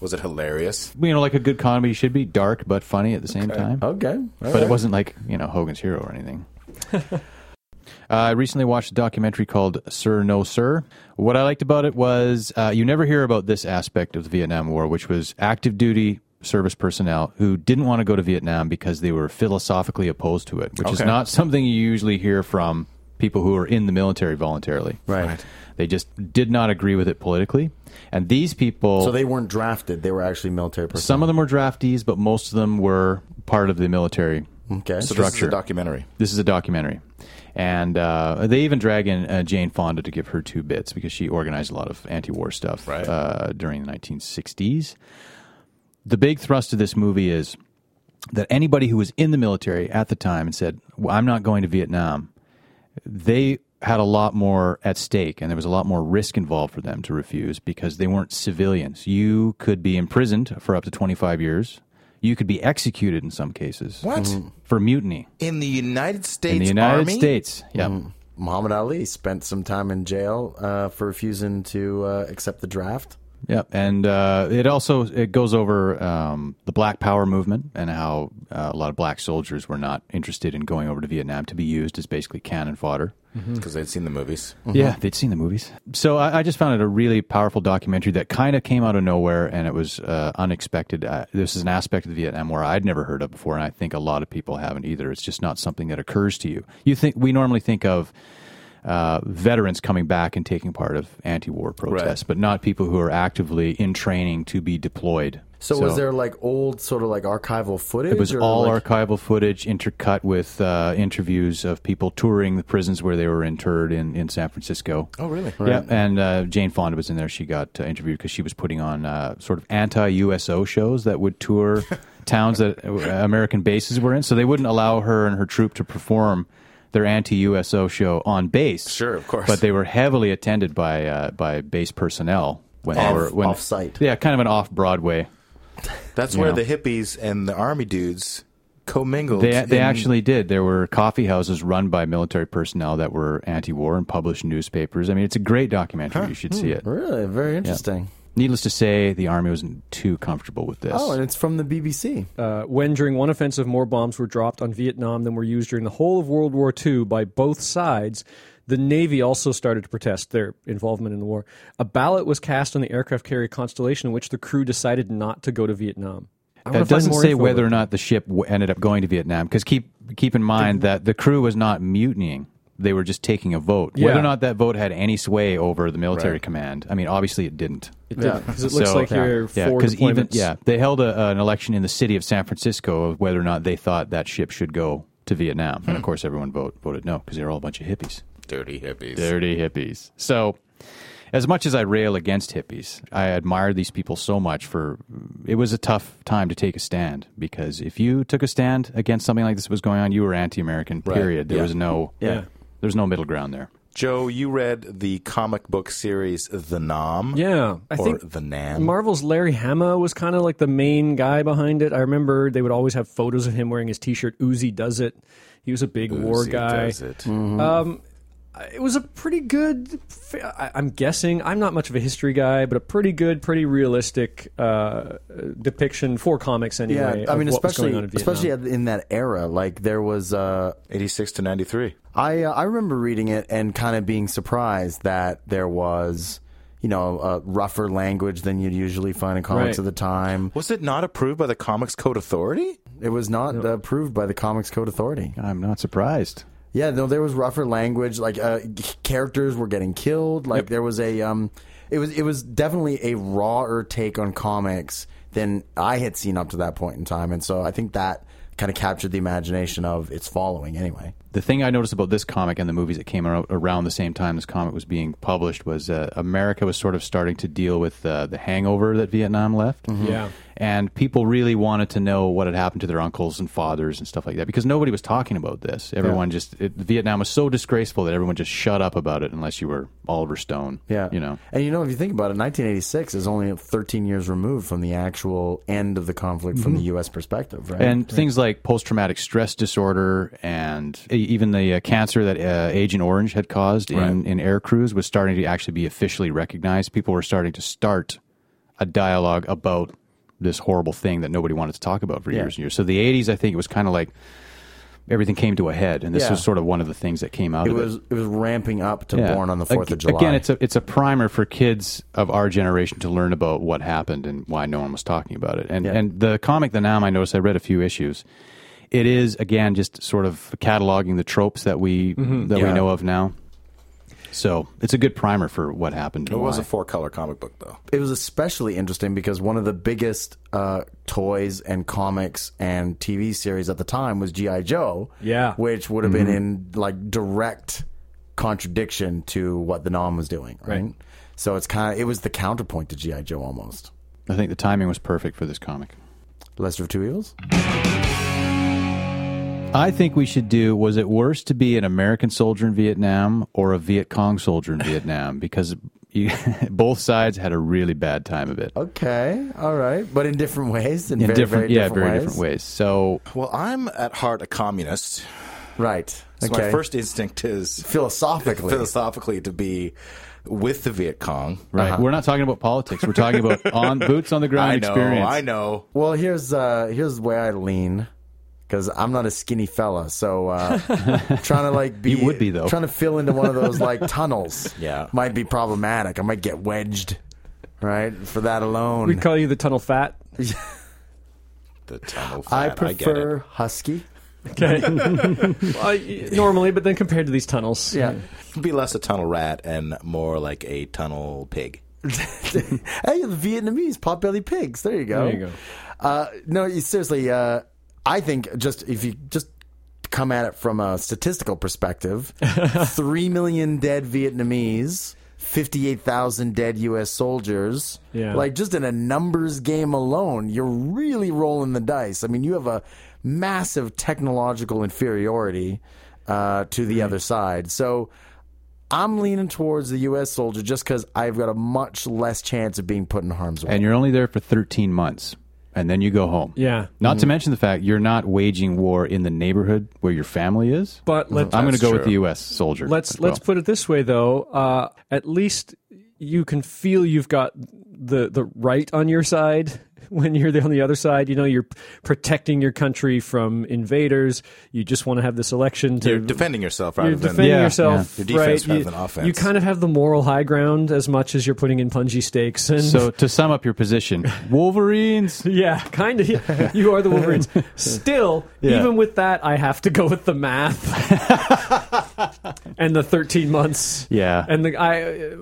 Speaker 9: Was it hilarious?
Speaker 5: You know, like a good comedy should be dark but funny at the same time.
Speaker 2: okay,
Speaker 5: but it wasn't like you know Hogan's Hero or anything. Uh, I recently watched a documentary called Sir No Sir. What I liked about it was uh, you never hear about this aspect of the Vietnam War, which was active duty service personnel who didn't want to go to Vietnam because they were philosophically opposed to it, which is
Speaker 9: Okay.
Speaker 5: not something you usually hear from people who are in the military voluntarily.
Speaker 2: Right. Right.
Speaker 5: They just did not agree with it politically. And these people.
Speaker 2: so they weren't drafted; they were actually military personnel.
Speaker 5: some of them were draftees, but most of them were part of the military
Speaker 2: Okay,
Speaker 9: So this is
Speaker 5: Structure.
Speaker 9: a documentary.
Speaker 5: this is a documentary, and uh, they even drag in uh, Jane Fonda to give her two bits because she organized a lot of anti-war stuff
Speaker 9: Right.
Speaker 5: uh, during the 1960s. The big thrust of this movie is that anybody who was in the military at the time and said, well, "I'm not going to Vietnam," they had a lot more at stake and there was a lot more risk involved for them to refuse because they weren't civilians. You could be imprisoned for up to 25 years. You could be executed in some cases.
Speaker 9: What?
Speaker 5: For mutiny
Speaker 9: Mm. In the United States
Speaker 5: in the United
Speaker 9: Army? Mm.
Speaker 5: States. Yeah.
Speaker 2: Muhammad Ali spent some time in jail uh, for refusing to uh, accept the draft.
Speaker 5: Yep, and uh, it also it goes over um, the Black Power movement and how uh, a lot of black soldiers were not interested in going over to Vietnam to be used as basically cannon fodder.
Speaker 9: Because they'd seen the movies.
Speaker 5: Yeah, Mm-hmm. they'd seen the movies. So I, I just found it a really powerful documentary that kind of came out of nowhere and it was uh, unexpected. Uh, this is an aspect of the Vietnam War I'd never heard of before, and I think a lot of people haven't either. It's just not something that occurs to you. You think we normally think of uh, veterans coming back and taking part of anti-war protests, but not people who are actively in training to be deployed.
Speaker 2: So, was there like old sort of like archival footage?
Speaker 5: It was all
Speaker 2: like,
Speaker 5: archival footage intercut with uh, interviews of people touring the prisons where they were interred in, in San Francisco.
Speaker 9: Oh, really?
Speaker 5: Yeah, and uh, Jane Fonda was in there. She got uh, interviewed because she was putting on uh, sort of anti-USO shows that would tour towns that uh, American bases were in. So they wouldn't allow her and her troop to perform their anti-USO show on base.
Speaker 9: Sure, of course.
Speaker 5: But they were heavily attended by uh, by base personnel when
Speaker 2: Off-
Speaker 5: they were when,
Speaker 2: off-site.
Speaker 5: Yeah, kind of an off Broadway.
Speaker 9: That's
Speaker 5: You
Speaker 9: where
Speaker 5: know.
Speaker 9: the hippies and the army dudes commingled.
Speaker 5: They, they
Speaker 9: in-
Speaker 5: actually did. There were coffee houses run by military personnel that were anti-war and published newspapers. I mean, it's a great documentary. You should see it.
Speaker 6: Hmm.
Speaker 2: really very interesting.
Speaker 5: Needless to say, the army wasn't too comfortable with this.
Speaker 2: Oh, and it's from the BBC.
Speaker 6: Uh, when during one offensive more bombs were dropped on Vietnam than were used during the whole of World War II by both sides, the Navy also started to protest their involvement in the war. A ballot was cast on the aircraft carrier Constellation in which the crew decided not to go to Vietnam. I wanna
Speaker 5: That
Speaker 6: find
Speaker 5: doesn't
Speaker 6: more
Speaker 5: say
Speaker 6: info
Speaker 5: whether
Speaker 6: about
Speaker 5: or not the ship w- ended up going to Vietnam. Because keep keep in mind that the crew was not mutinying; they were just taking a vote. Whether
Speaker 6: Yeah.
Speaker 5: or not that vote had any sway over the military command, I mean, obviously it didn't.
Speaker 6: It didn't, 'cause it looks
Speaker 5: So-
Speaker 6: like your
Speaker 5: yeah,
Speaker 6: four
Speaker 5: 'cause even
Speaker 6: deployments.
Speaker 5: yeah, they held a, an election in the city of San Francisco of whether or not they thought that ship should go to Vietnam, and of course everyone vote, voted no because they were all a bunch of hippies.
Speaker 9: Hmm. Dirty hippies.
Speaker 5: Dirty hippies. So, as much as I rail against hippies, I admire these people so much for it was a tough time to take a stand because if you took a stand against something like this was going on, you were anti-American. Period. There
Speaker 9: Yeah.
Speaker 5: was no
Speaker 6: Yeah.
Speaker 5: there was no middle ground there.
Speaker 9: Joe, you read the comic book series The Nom.
Speaker 6: Yeah, I
Speaker 9: or
Speaker 6: think
Speaker 9: The Nam.
Speaker 6: Marvel's Larry Hama was kind of like the main guy behind it. I remember they would always have photos of him wearing his T-shirt. Uzi does it. He was a big war
Speaker 9: Uzi
Speaker 6: guy. Mm.
Speaker 9: does it.
Speaker 6: Um, it was a pretty good. fi- I- I'm guessing I'm not much of a history guy, but a pretty good, pretty realistic uh, depiction for comics
Speaker 2: Yeah,
Speaker 6: anyway.
Speaker 2: I
Speaker 6: of
Speaker 2: mean,
Speaker 6: what was
Speaker 2: especially
Speaker 6: going on in Vietnam.
Speaker 2: especially at- in that era, like there was. Uh,
Speaker 9: 86 to 93.
Speaker 2: I uh, I remember reading it and kind of being surprised that there was, you know, uh, rougher language than you'd usually find in comics
Speaker 6: Right.
Speaker 2: of the time.
Speaker 9: Was it not approved by the Comics Code Authority?
Speaker 2: It was not uh, approved by the Comics Code Authority.
Speaker 5: I'm not surprised.
Speaker 2: Yeah, no, there was rougher language. Like uh, c- characters were getting killed. Like there was a, um, it was it was definitely a rawer take on comics than I had seen up to that point in time, and so I think that kind of captured the imagination of its following. Anyway,
Speaker 5: The thing I noticed about this comic and the movies that came out around the same time this comic was being published was uh, America was sort of starting to deal with uh, the hangover that Vietnam left.
Speaker 6: Yeah.
Speaker 5: And people really wanted to know what had happened to their uncles and fathers and stuff like that because nobody was talking about this. Everyone just, it, Vietnam was so disgraceful that everyone just shut up about it unless you were Oliver Stone.
Speaker 2: yeah,
Speaker 5: You know,
Speaker 2: and you know if you think about it, 1986 is only 13 years removed from the actual end of the conflict from the U.S. perspective, right?
Speaker 5: Mm-hmm. and things like post-traumatic stress disorder and e- even the uh, cancer that uh, agent orange had caused in, in air crews was starting to actually be officially recognized people were starting to start a dialogue about this horrible thing that nobody wanted to talk about for years and years so the 80s i think it was kind of like everything came to a head and this
Speaker 2: Yeah.
Speaker 5: was sort of one of the things that came out
Speaker 2: it
Speaker 5: of
Speaker 2: was it was ramping up to
Speaker 5: Yeah.
Speaker 2: Born on the Fourth
Speaker 5: Ag-
Speaker 2: of July.
Speaker 5: Again, it's a it's a primer for kids of our generation to learn about what happened and why no one was talking about it. And
Speaker 2: Yeah.
Speaker 5: and the comic, the Nam, I noticed I read a few issues. It is again just sort of cataloging the tropes that we that we
Speaker 2: Mm-hmm. Yeah.
Speaker 5: know of now. So it's a good primer for what happened.
Speaker 9: It
Speaker 5: and
Speaker 9: was
Speaker 5: why.
Speaker 9: a four color comic book, though.
Speaker 2: it was especially interesting because one of the biggest uh, toys and comics and TV series at the time was GI Joe.
Speaker 6: Yeah.
Speaker 2: which would have
Speaker 5: Mm-hmm.
Speaker 2: been in like direct contradiction to what the Nom was doing, right?
Speaker 6: Right.
Speaker 2: So it's kind of it was the counterpoint to GI Joe almost.
Speaker 5: I think the timing was perfect for this comic.
Speaker 2: Lesser of two evils.
Speaker 5: I think we should do was it worse to be an American soldier in Vietnam or a Viet Cong soldier in Vietnam because you, both sides had a really bad time of it.
Speaker 2: Okay, all right, but in different ways, in,
Speaker 5: in
Speaker 2: very,
Speaker 5: different,
Speaker 2: very
Speaker 5: yeah,
Speaker 2: different
Speaker 5: very
Speaker 2: ways.
Speaker 5: different ways. So
Speaker 9: Well, I'm at heart a communist.
Speaker 2: Right.
Speaker 9: So
Speaker 2: okay.
Speaker 9: my first instinct is
Speaker 2: philosophically.
Speaker 9: philosophically to be with the Viet Cong.
Speaker 5: right,
Speaker 2: Uh-huh.
Speaker 5: we're not talking about politics. We're talking about on boots on the ground
Speaker 9: I know,
Speaker 5: experience.
Speaker 9: I know.
Speaker 2: Well, here's uh, here's the way I lean because I'm not a skinny fella, so uh, trying to like be
Speaker 5: You would be, though.
Speaker 2: trying to fill into one of those like tunnels.
Speaker 9: Yeah.
Speaker 2: might be problematic. I might get wedged. Right for that alone,
Speaker 6: we call you the tunnel fat.
Speaker 9: The tunnel fat,
Speaker 2: I
Speaker 9: I
Speaker 2: prefer husky.
Speaker 6: Uh, y- normally, but then compared to these tunnels,
Speaker 2: Yeah,
Speaker 9: get it. Be less a tunnel rat and more like a tunnel pig.
Speaker 2: hey, the Vietnamese potbelly pigs. There you go.
Speaker 6: There you go.
Speaker 2: Uh, no, you- seriously, uh, I think just if you just come at it from a statistical perspective, three million dead Vietnamese, fifty-eight thousand dead U.S. soldiers.
Speaker 6: Yeah.
Speaker 2: like just in a numbers game alone, you're really rolling the dice. I mean, you have a massive technological inferiority uh, to the other side, so. I'm leaning towards the U.S. soldier just because I've got a much less chance of being put in harm's way.
Speaker 5: and you're only there for 13 months, and then you go home.
Speaker 6: Yeah.
Speaker 5: Not
Speaker 2: Mm-hmm.
Speaker 5: to mention the fact you're not waging war in the neighborhood where your family is.
Speaker 6: But let's
Speaker 5: I'm going to go with
Speaker 9: true.
Speaker 5: the U.S. soldier.
Speaker 6: let's
Speaker 5: as well.
Speaker 6: let's put it this way though. Uh, at least you can feel you've got the the right on your side when you're on the other side. You know you're protecting your country from invaders. You just want to have this election to
Speaker 9: You're defending yourself rather
Speaker 6: you're
Speaker 9: than
Speaker 6: defending
Speaker 5: Yeah,
Speaker 6: yourself.
Speaker 9: yeah. Your
Speaker 6: right?
Speaker 9: defense rather than
Speaker 6: You-
Speaker 9: offense.
Speaker 6: You kind of have the moral high ground as much as you're putting in punji stakes and.
Speaker 5: So to sum up your position, Wolverines.
Speaker 6: yeah, kind of. You are the Wolverines. Still,
Speaker 5: Yeah.
Speaker 6: even with that, I have to go with the math and the 13 months.
Speaker 5: Yeah.
Speaker 6: And the I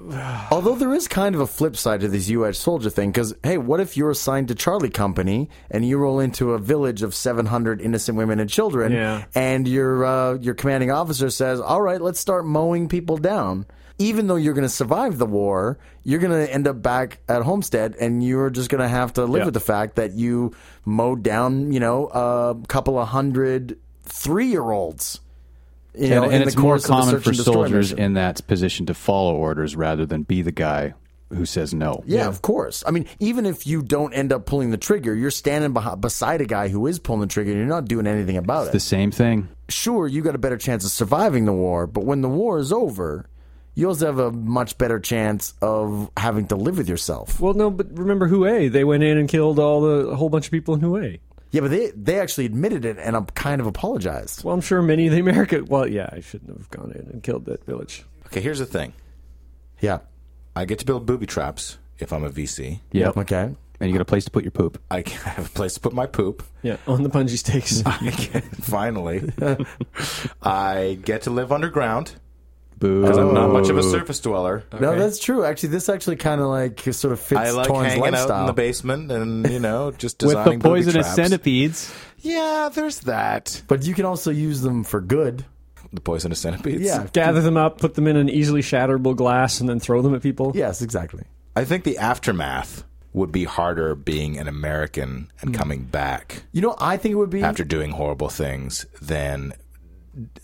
Speaker 2: Although there is kind of a flip side to this U.S. soldier thing, because hey, what if you're assigned to Charlie Company and you roll into a village of 700 innocent women and children,
Speaker 6: Yeah.
Speaker 2: and your uh, your commanding officer says, "All right, let's start mowing people down." Even though you're going to survive the war, you're going to end up back at Homestead, and you're just going to have to live with the fact that you mowed down, you know, a couple of hundred three-year-olds. You know,
Speaker 5: and
Speaker 2: in
Speaker 5: and it's
Speaker 2: the
Speaker 5: more
Speaker 2: course of the
Speaker 5: common
Speaker 2: search
Speaker 5: for
Speaker 2: and destroy
Speaker 5: soldiers
Speaker 2: mission.
Speaker 5: in that position to follow orders rather than be the guy who says no.
Speaker 2: Yeah, of course. I mean, even if you don't end up pulling the trigger, you're standing behi- beside a guy who is pulling the trigger and you're not doing anything about it.
Speaker 5: The same thing.
Speaker 2: Sure, you got a better chance of surviving the war, but when the war is over, you also have a much better chance of having to live with yourself.
Speaker 6: Well, no, but remember Hue? They went in and killed all the a whole bunch of people in Hue.
Speaker 2: Yeah, but they they actually admitted it and I'm kind of apologized.
Speaker 6: Well, I'm sure many of the America. Well, yeah, I shouldn't have gone in and killed that village.
Speaker 9: Okay, here's the thing.
Speaker 2: Yeah.
Speaker 9: I get to build booby traps if I'm a VC.
Speaker 5: Yep.
Speaker 2: Okay.
Speaker 5: And you got a place to put your poop.
Speaker 9: I can have a place to put my poop.
Speaker 6: Yeah, on the punji stakes.
Speaker 9: I can, finally, I get to live underground
Speaker 5: Boo.
Speaker 9: because I'm not much of a surface dweller.
Speaker 2: No, that's true. Actually, this actually kind of like sort of fits
Speaker 9: I like
Speaker 2: Torn's
Speaker 9: hanging
Speaker 2: lifestyle.
Speaker 9: out in the basement and you know just
Speaker 5: With
Speaker 9: designing
Speaker 5: the poisonous
Speaker 9: booby traps.
Speaker 5: centipedes.
Speaker 9: Yeah, there's that.
Speaker 2: But you can also use them for good.
Speaker 9: The poisonous centipedes.
Speaker 2: Yeah.
Speaker 6: Gather them up, put them in an easily shatterable glass, and then throw them at people.
Speaker 2: Yes, exactly.
Speaker 9: I think the aftermath would be harder being an American and coming back
Speaker 2: You know, I think it would be
Speaker 9: after doing horrible things than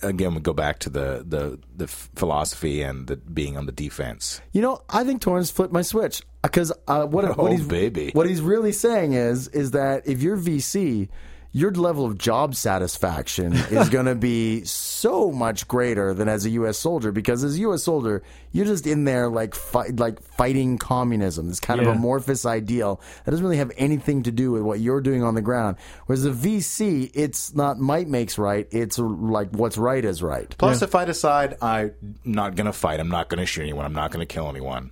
Speaker 9: again we go back to the the the f- philosophy and the being on the defense.
Speaker 2: You know, I think Torrance flipped my switch because uh, what,
Speaker 9: Oh,
Speaker 2: what he's
Speaker 9: baby.
Speaker 2: what he's really saying is is that if you're VC, your level of job satisfaction is going to be so much greater than as a U.S. soldier because as a U.S. soldier, you're just in there like fight like fighting communism, this kind of
Speaker 6: Yeah.
Speaker 2: amorphous ideal that doesn't really have anything to do with what you're doing on the ground. Whereas a VC, it's not might makes right; it's like what's right is right.
Speaker 9: Plus, if I decide I'm not going to fight, I'm not going to shoot anyone, I'm not going to kill anyone,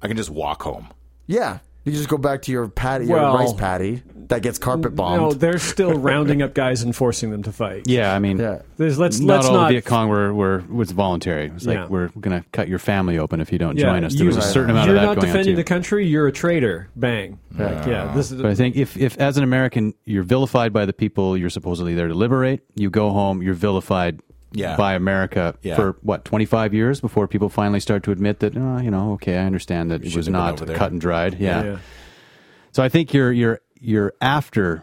Speaker 9: I can just walk home.
Speaker 2: Yeah. You just go back to your patty, your
Speaker 6: Well-
Speaker 2: rice patty that gets carpet
Speaker 6: No,
Speaker 2: bombed.
Speaker 6: they're still rounding up guys and forcing them to fight.
Speaker 5: Yeah, I mean,
Speaker 2: Yeah.
Speaker 6: There's, let's
Speaker 5: not
Speaker 6: let's
Speaker 5: all
Speaker 6: not.
Speaker 5: Viet Cong were, were was voluntary. It's like
Speaker 6: Yeah.
Speaker 5: we're going to cut your family open if you don't
Speaker 6: yeah,
Speaker 5: join us. There was a certain amount
Speaker 6: you're
Speaker 5: of that
Speaker 6: not
Speaker 5: going
Speaker 6: defending
Speaker 5: on too.
Speaker 6: the country. You're a traitor. Bang. Like, yeah, this is
Speaker 5: But I think if, if as an American you're vilified by the people you're supposedly there to liberate, you go home, you're vilified
Speaker 9: Yeah.
Speaker 5: by America
Speaker 9: Yeah.
Speaker 5: for what, 25 years before people finally start to admit that, oh, you know, okay, I understand that it was
Speaker 9: have been
Speaker 5: not
Speaker 9: over there."
Speaker 5: cut and dried. Yeah.
Speaker 6: yeah.
Speaker 5: So I think your your your after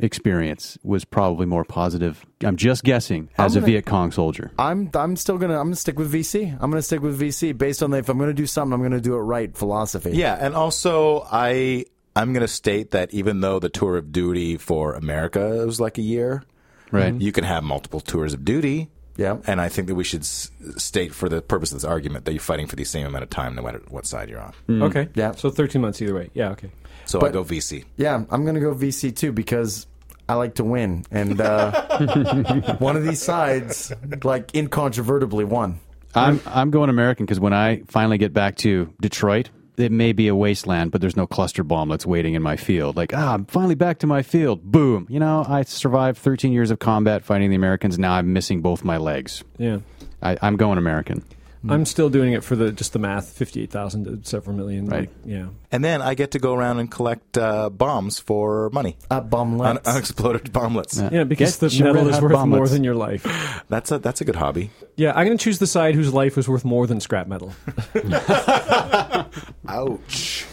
Speaker 5: experience was probably more positive. I'm just guessing as a Viet Cong soldier.
Speaker 2: I'm I'm still gonna I'm gonna stick with VC. I'm gonna stick with VC based on the, if I'm gonna do something, I'm gonna do it right philosophy.
Speaker 9: Yeah, and also I I'm going to state that even though the tour of duty for America was like a year,
Speaker 5: Right.
Speaker 9: You can have multiple tours of duty.
Speaker 2: Yeah.
Speaker 9: and I think that we should s- state for the purpose of this argument that you're fighting for the same amount of time, no matter what side you're on.
Speaker 6: okay.
Speaker 2: Yeah.
Speaker 6: So 13 months either way. Yeah. Okay.
Speaker 9: So I go VC.
Speaker 2: Yeah, I'm gonna go VC too because I like to win, and uh, one of these sides, like incontrovertibly, won.
Speaker 5: I'm I'm going American because when I finally get back to Detroit, it may be a wasteland, but there's no cluster bomb that's waiting in my field. Like, ah, I'm finally back to my field. Boom. You know, I survived 13 years of combat fighting the Americans. Now I'm missing both my legs.
Speaker 6: Yeah.
Speaker 5: I, I'm going American.
Speaker 6: I'm still doing it for the just the math, fifty-eight thousand to several million.
Speaker 5: Right.
Speaker 6: Like, yeah.
Speaker 9: And then I get to go around and collect uh, bombs for money.
Speaker 2: Uh, bomb
Speaker 9: Un-
Speaker 2: let's.
Speaker 9: unexploded bomblets.
Speaker 6: Yeah, because
Speaker 5: Get
Speaker 6: the
Speaker 5: your
Speaker 6: medal
Speaker 5: red
Speaker 6: is
Speaker 5: hot
Speaker 6: worth more
Speaker 5: bomblets.
Speaker 6: than your life.
Speaker 9: That's a that's a good hobby.
Speaker 6: Yeah, I'm going to choose the side whose life was worth more than scrap metal.
Speaker 9: Ouch.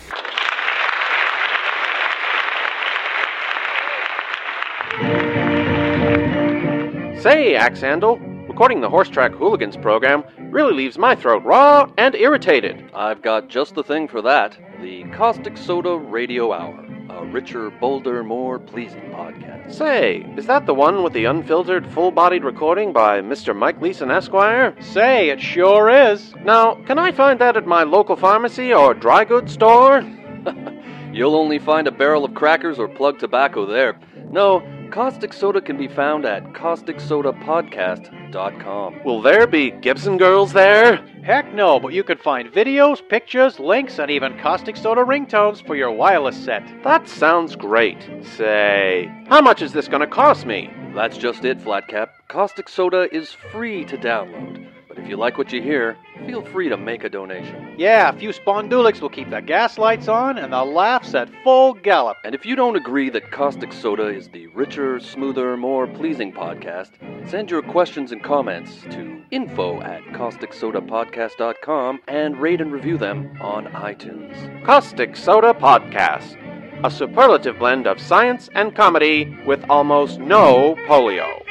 Speaker 10: Say, Axe Handle, recording the Horse Track Hooligans program really leaves my throat raw and irritated.
Speaker 11: I've got just the thing for that the Caustic Soda Radio Hour, a richer, bolder, more pleasing podcast.
Speaker 10: Say, is that the one with the unfiltered, full bodied recording by Mr. Mike Leeson Esquire? Say, it sure is. Now, can I find that at my local pharmacy or dry goods store?
Speaker 11: You'll only find a barrel of crackers or plug tobacco there. No, Caustic Soda can be found at causticsodapodcast.com.
Speaker 10: Will there be Gibson girls there?
Speaker 12: Heck no, but you could find videos, pictures, links, and even caustic soda ringtones for your wireless set.
Speaker 10: That sounds great. Say, how much is this gonna cost me?
Speaker 11: That's just it, Flatcap. Caustic Soda is free to download. But if you like what you hear, feel free to make a donation.
Speaker 12: Yeah, a few spondulics will keep the gas lights on and the laughs at full gallop.
Speaker 11: And if you don't agree that Caustic Soda is the richer, smoother, more pleasing podcast, send your questions and comments to info at causticsodapodcast.com and rate and review them on iTunes.
Speaker 10: Caustic Soda Podcast, a superlative blend of science and comedy with almost no polio.